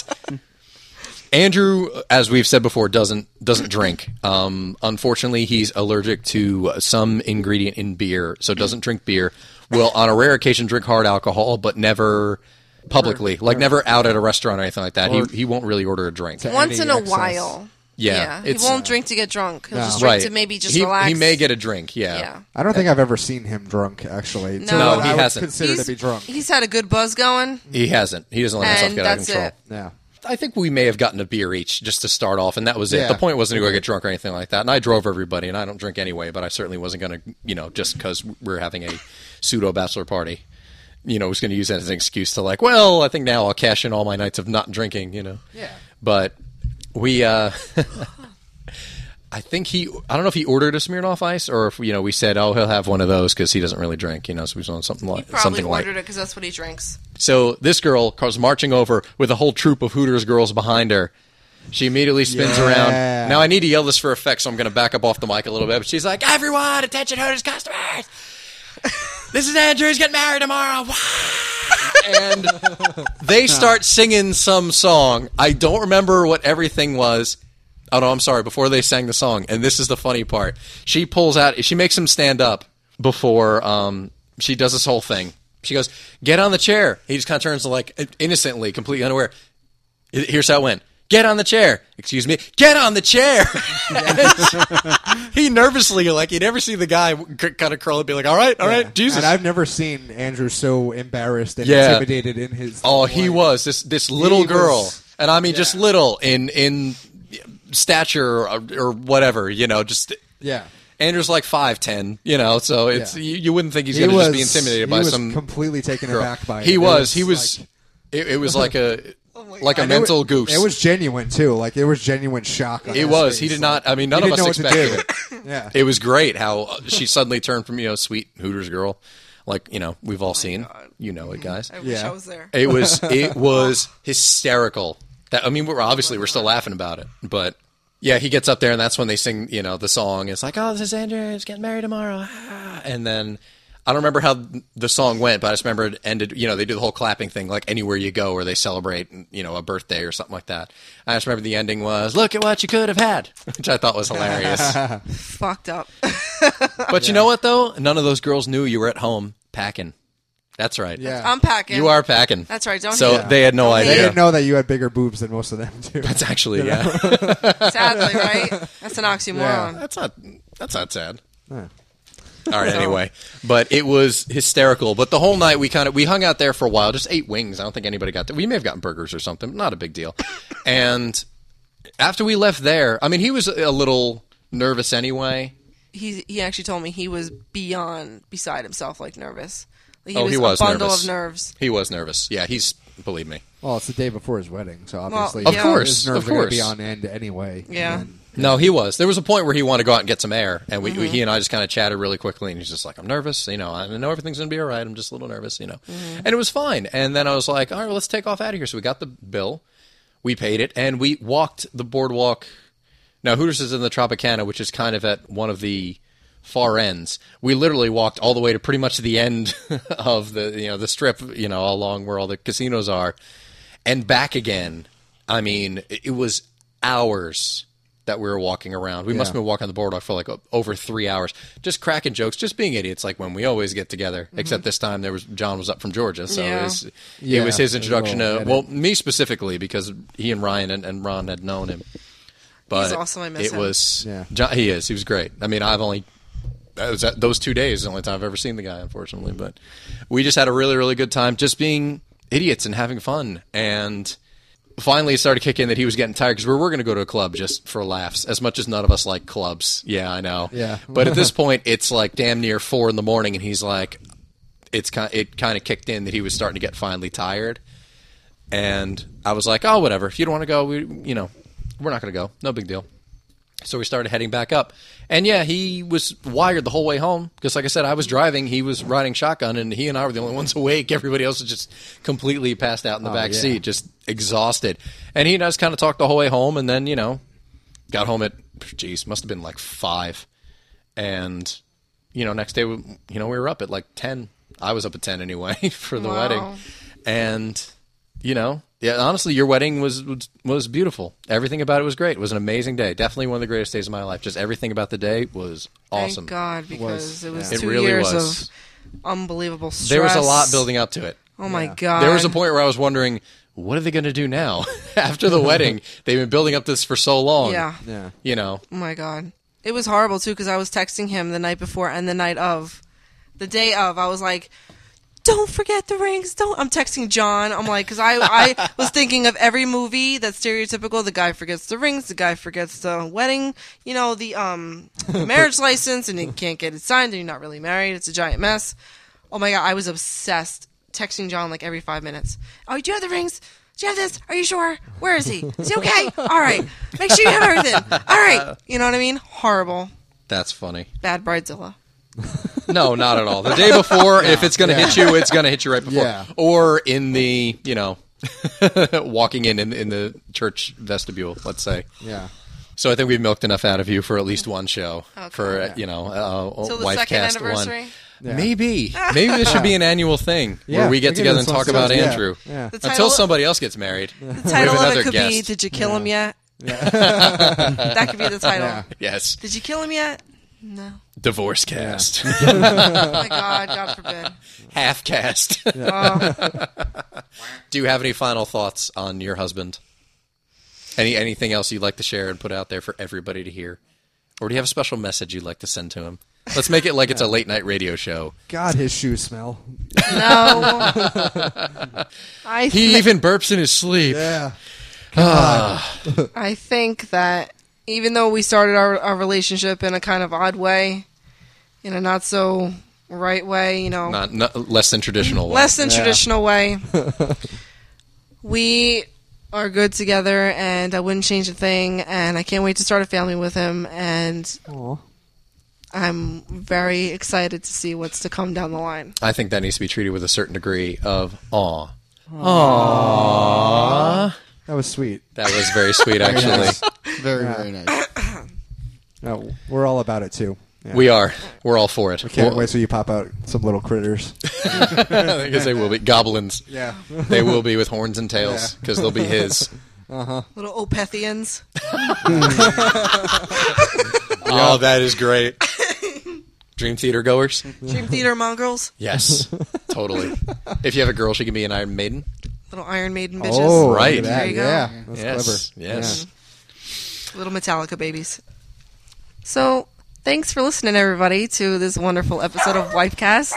S3: Andrew, as we've said before, doesn't doesn't drink. Um, unfortunately, he's allergic to some ingredient in beer, so doesn't drink beer. Will on a rare occasion drink hard alcohol, but never publicly, like never out at a restaurant or anything like that. He he won't really order a drink.
S4: Once in a
S2: excess.
S4: while.
S3: Yeah, uh,
S4: he won't drink to get drunk. He'll just drink
S3: right.
S4: to maybe just
S3: he,
S4: relax.
S3: He may get a drink. Yeah.
S4: yeah.
S6: I don't think I've ever seen him drunk. Actually, to
S4: No.
S6: what
S4: No,
S3: he
S6: I would
S3: hasn't.
S6: Consider to be drunk.
S4: He's had a good buzz going.
S3: He hasn't. He doesn't let himself
S4: And
S3: get out of
S4: that's
S3: control.
S4: it.
S6: Yeah.
S3: I think we may have gotten a beer each just to start off, and that was it.
S1: Yeah.
S3: The point wasn't to go get drunk or anything like that. And I drove everybody, and I don't drink anyway, but I certainly wasn't going to, you know, just because we're having a pseudo bachelor party, you know, was going to use that as an excuse to like, well, I think now I'll cash in all my nights of not drinking, you know. Yeah. But we, uh, [laughs] I think he, I don't know if he ordered a Smirnoff Ice or if you know we said, oh, he'll have one of those because he doesn't really drink, you know, so he's on something like
S4: Probably
S3: something like
S4: ordered it because that's what he drinks.
S3: so this girl comes marching over with a whole troop of Hooters girls behind her. She immediately spins around. Now I need to yell this for effect, so I'm going to back up off the mic a little bit. But she's like, "Everyone, attention, Hooters customers! This is Andrew's getting married tomorrow." [laughs] Wah! and they start singing some song. I don't remember what everything was. Oh no, I'm sorry. Before they sang the song, and this is the funny part. She pulls out. She makes him stand up before um, she does this whole thing. She goes, "Get on the chair." He just kind of turns to like innocently, completely unaware. Here's how it went. Get on the chair. Excuse me. Get on the chair. [laughs] he nervously, like you never see the guy kind of curl up, be like, "All right, all right, Jesus."
S2: And I've never seen Andrew so embarrassed and
S3: Yeah.
S2: intimidated in his.
S3: Oh, he was this this little
S2: was-
S3: girl, and I mean just little in in stature or, or whatever, you know. Just
S2: Yeah.
S3: Andrew's like five ten, you know, so it's
S2: Yeah.
S3: you, you wouldn't think he's
S2: He
S3: going to
S2: was
S3: just be intimidated
S2: he
S3: by
S2: was
S3: some
S2: completely taken
S3: girl.
S2: aback by. it.
S3: he
S2: It
S3: was he was
S2: like-
S3: it, it was like
S2: [laughs]
S3: a like a
S2: And it
S3: mental
S2: was-
S3: goose.
S2: It was genuine too. Like it was genuine shock. on
S3: It
S2: his
S3: was.
S2: face.
S3: He did not. I mean, none
S2: He
S3: of us
S2: didn't know
S3: expected
S2: what
S3: it.
S2: to do. [laughs] yeah.
S3: It was great how uh, she suddenly turned from you know sweet Hooters girl, like you know we've
S2: Oh
S3: all seen, you know it, guys.
S4: I wish
S2: Yeah.
S4: I was there.
S3: It was it was hysterical. That I mean, we're obviously we're still laughing about it, but yeah, he gets up there and that's when they sing, you know, the song. It's like, oh, this is Andrew. He's getting married tomorrow, Ah. and then I don't remember how the song went, but I just remember it ended. You know, they do the whole clapping thing, like anywhere you go, where they celebrate, you know, a birthday or something like that. I just remember the ending was, "Look at what you could have had," [laughs] which I thought was hilarious.
S4: Fucked up.
S3: but you know what though? None of those girls knew you were at home packing. That's right.
S2: Yeah.
S4: [laughs] I'm packing.
S3: You are packing.
S4: That's right, don't
S3: so
S4: hate it.
S3: they had no
S4: Don't hate
S3: idea.
S4: it.
S2: They didn't know that you had bigger boobs than most of them too.
S3: That's actually yeah.
S4: Sadly, right? That's an oxymoron.
S3: that's not that's not sad. All right, anyway, but it was hysterical. But the whole night we kind of we hung out there for a while, just ate wings. I don't think anybody got that. We may have gotten burgers or something. Not a big deal. and after we left there, I mean, he was a little nervous anyway.
S4: He he actually told me he was beyond beside himself, like nervous. Like,
S3: oh,
S4: was
S3: he was
S4: a bundle
S3: nervous.
S4: of nerves.
S3: He was nervous. Yeah, he's believe me.
S2: Well, it's the day before his wedding, so
S4: obviously
S3: Of course,
S2: his nerves
S3: of
S2: are gonna
S3: course.
S2: be on end anyway.
S3: Mm-hmm.
S4: Yeah.
S3: No, he was. There was a point where he wanted to go out and get some air, and we, he and I just kind of chatted really quickly. And he's just like, "I'm nervous, you know. I know everything's going to be all right. I'm just a little nervous, you know." And it was fine. And then I was like, "All right, well, let's take off out of here." So we got the bill, we paid it, and we walked the boardwalk. Now Hooters is in the Tropicana, which is kind of at one of the far ends. We literally walked all the way to pretty much the end [laughs] of the you know the strip, you know, along where all the casinos are, and back again. I mean, it, it was hours that we were walking around. We must have been walking on the boardwalk for like o- over three hours, just cracking jokes, just being idiots, like when we always get together. Except this time, there was John was up from Georgia, so
S4: Yeah.
S3: it, was, it
S2: Yeah,
S3: was his
S2: a
S3: introduction
S2: little
S3: to
S2: edit.
S3: well, me specifically because he and Ryan and, and Ron had known him. But
S4: awesome. I miss
S3: it
S4: him.
S3: was
S2: Yeah.
S3: John, he is he was great. I mean, I've only that was- those two days is the only time I've ever seen the guy, unfortunately. But we just had a really, really good time just being idiots and having fun. And finally, it started kicking that he was getting tired because we were going to go to a club just for laughs, as much as none of us like clubs. Yeah, I know.
S2: Yeah.
S3: but at this point, it's like damn near four in the morning, and he's like, it's kind, it kind of kicked in that he was starting to get finally tired. And I was like, oh, whatever. If you don't want to go, we, you know, we're not going to go. No big deal. So we started heading back up. And yeah, he was wired the whole way home because, like I said, I was driving, he was riding shotgun, and he and I were the only ones [laughs] awake. Everybody else was just completely passed out in the back seat, just exhausted. And he and I just kind of talked the whole way home, and then, you know, got home at, geez, must have been like five. And, you know, next day, we, you know, we were up at like 10. I was up at 10 anyway [laughs] for the
S4: Wow.
S3: wedding. And, you know, yeah, honestly, your wedding was, was was beautiful. Everything about it was great. It was an amazing day. Definitely one of the greatest days of my life. Just everything about the day was awesome.
S4: Thank God, because it was
S3: It
S4: two
S3: really
S4: years
S3: was.
S4: of unbelievable stress.
S3: There was a lot building up to it.
S4: Oh my God.
S3: There was a point where I was wondering, what are they going to do now [laughs] after the
S4: [laughs]
S3: wedding? They've been building up this for so long.
S4: Yeah.
S6: Yeah.
S3: You know,
S4: Oh my god, it was horrible too because I was texting him the night before and the night of, the day of. I was like, "Don't forget the rings." Don't. I'm texting John. I'm like, because I I was thinking of every movie that's stereotypical. The guy forgets the rings. The guy forgets the wedding. You know the um marriage license, and he can't get it signed, and you're not really married. It's a giant mess. Oh my god, I was obsessed texting John like every five minutes. Oh, do you have the rings? Do you have this? Are you sure? Where is he? Is he okay? All right. Make sure you have everything. All right. You know what I mean? Horrible.
S3: that's funny.
S4: Bad bridezilla.
S3: No, not at all. The day before, if it's going to hit you, it's going to hit you right before.
S2: Yeah.
S3: Or in the, you know, [laughs] walking in, in in the church vestibule, let's say.
S2: Yeah.
S3: So I think we've milked enough out of you for at least one show
S4: Okay.
S3: for uh, you know uh,
S4: Till the
S3: wife
S4: second
S3: cast
S4: anniversary?
S3: one.
S4: [laughs]
S3: Maybe maybe this should be an annual thing where
S2: Yeah,
S3: we get
S2: we can
S3: together
S2: do
S3: and
S2: some
S3: talk
S2: stuff,
S3: about
S2: yeah,
S3: Andrew
S2: yeah.
S4: The
S3: until
S4: title,
S3: somebody else gets
S2: [laughs]
S3: married.
S4: the title
S3: we have
S4: of
S3: another
S4: it could be
S3: guest.
S4: Did You Kill Him Yet? [laughs] that could be the title.
S3: yes,
S4: Did You Kill Him Yet? No.
S3: divorce
S2: [laughs]
S3: cast, [laughs]
S4: Oh my God. God forbid.
S3: half cast.
S4: [laughs] Oh.
S3: [laughs] Do you have any final thoughts on your husband? Any anything else you'd like to share and put out there for everybody to hear, or do you have a special message you'd like to send to him? Let's make it like it's a late night radio show.
S2: God, his shoes smell.
S4: No. [laughs] I
S3: He even burps in his sleep.
S2: Yeah.
S4: I think that even though we started our, our relationship in a kind of odd way, in a not so right way, you know,
S3: Not, not less than traditional. one.
S4: less than traditional way, [laughs] we are good together and I wouldn't change a thing. And I can't wait to start a family with him. And I'm very excited to see what's to come down the line.
S3: I think that needs to be treated with a certain degree of awe.
S2: That was sweet.
S3: That was very sweet, actually.
S1: Nice. Very, very nice.
S2: No, we're all about it too. Yeah.
S3: We are. We're all for it.
S2: can't
S3: Well, [laughs]
S2: wait till you pop out some little critters.
S3: Because they will be goblins.
S2: [laughs] Yeah.
S3: They will be with horns and tails because they'll be his.
S4: Little
S2: [laughs]
S4: Opethians.
S3: Oh, that is great. [laughs] Dream theater goers?
S4: Dream Theater Mongrels.
S3: Yes, totally. If you have a girl, she can be an Iron Maiden.
S4: Little Iron Maiden bitches.
S2: oh,
S3: Right.
S2: look at
S4: There
S2: that.
S4: you go.
S2: Yeah. That's
S3: yes,
S2: clever.
S3: yes.
S4: little Metallica babies. So, thanks for listening, everybody, to this wonderful episode of Wipecast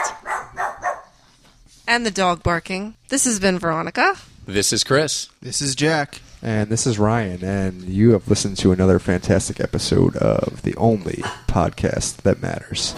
S4: and the dog barking. This has been Veronica.
S3: This is Chris.
S1: This is Jack.
S2: And this is Ryan, and you have listened to another fantastic episode of the only podcast that matters.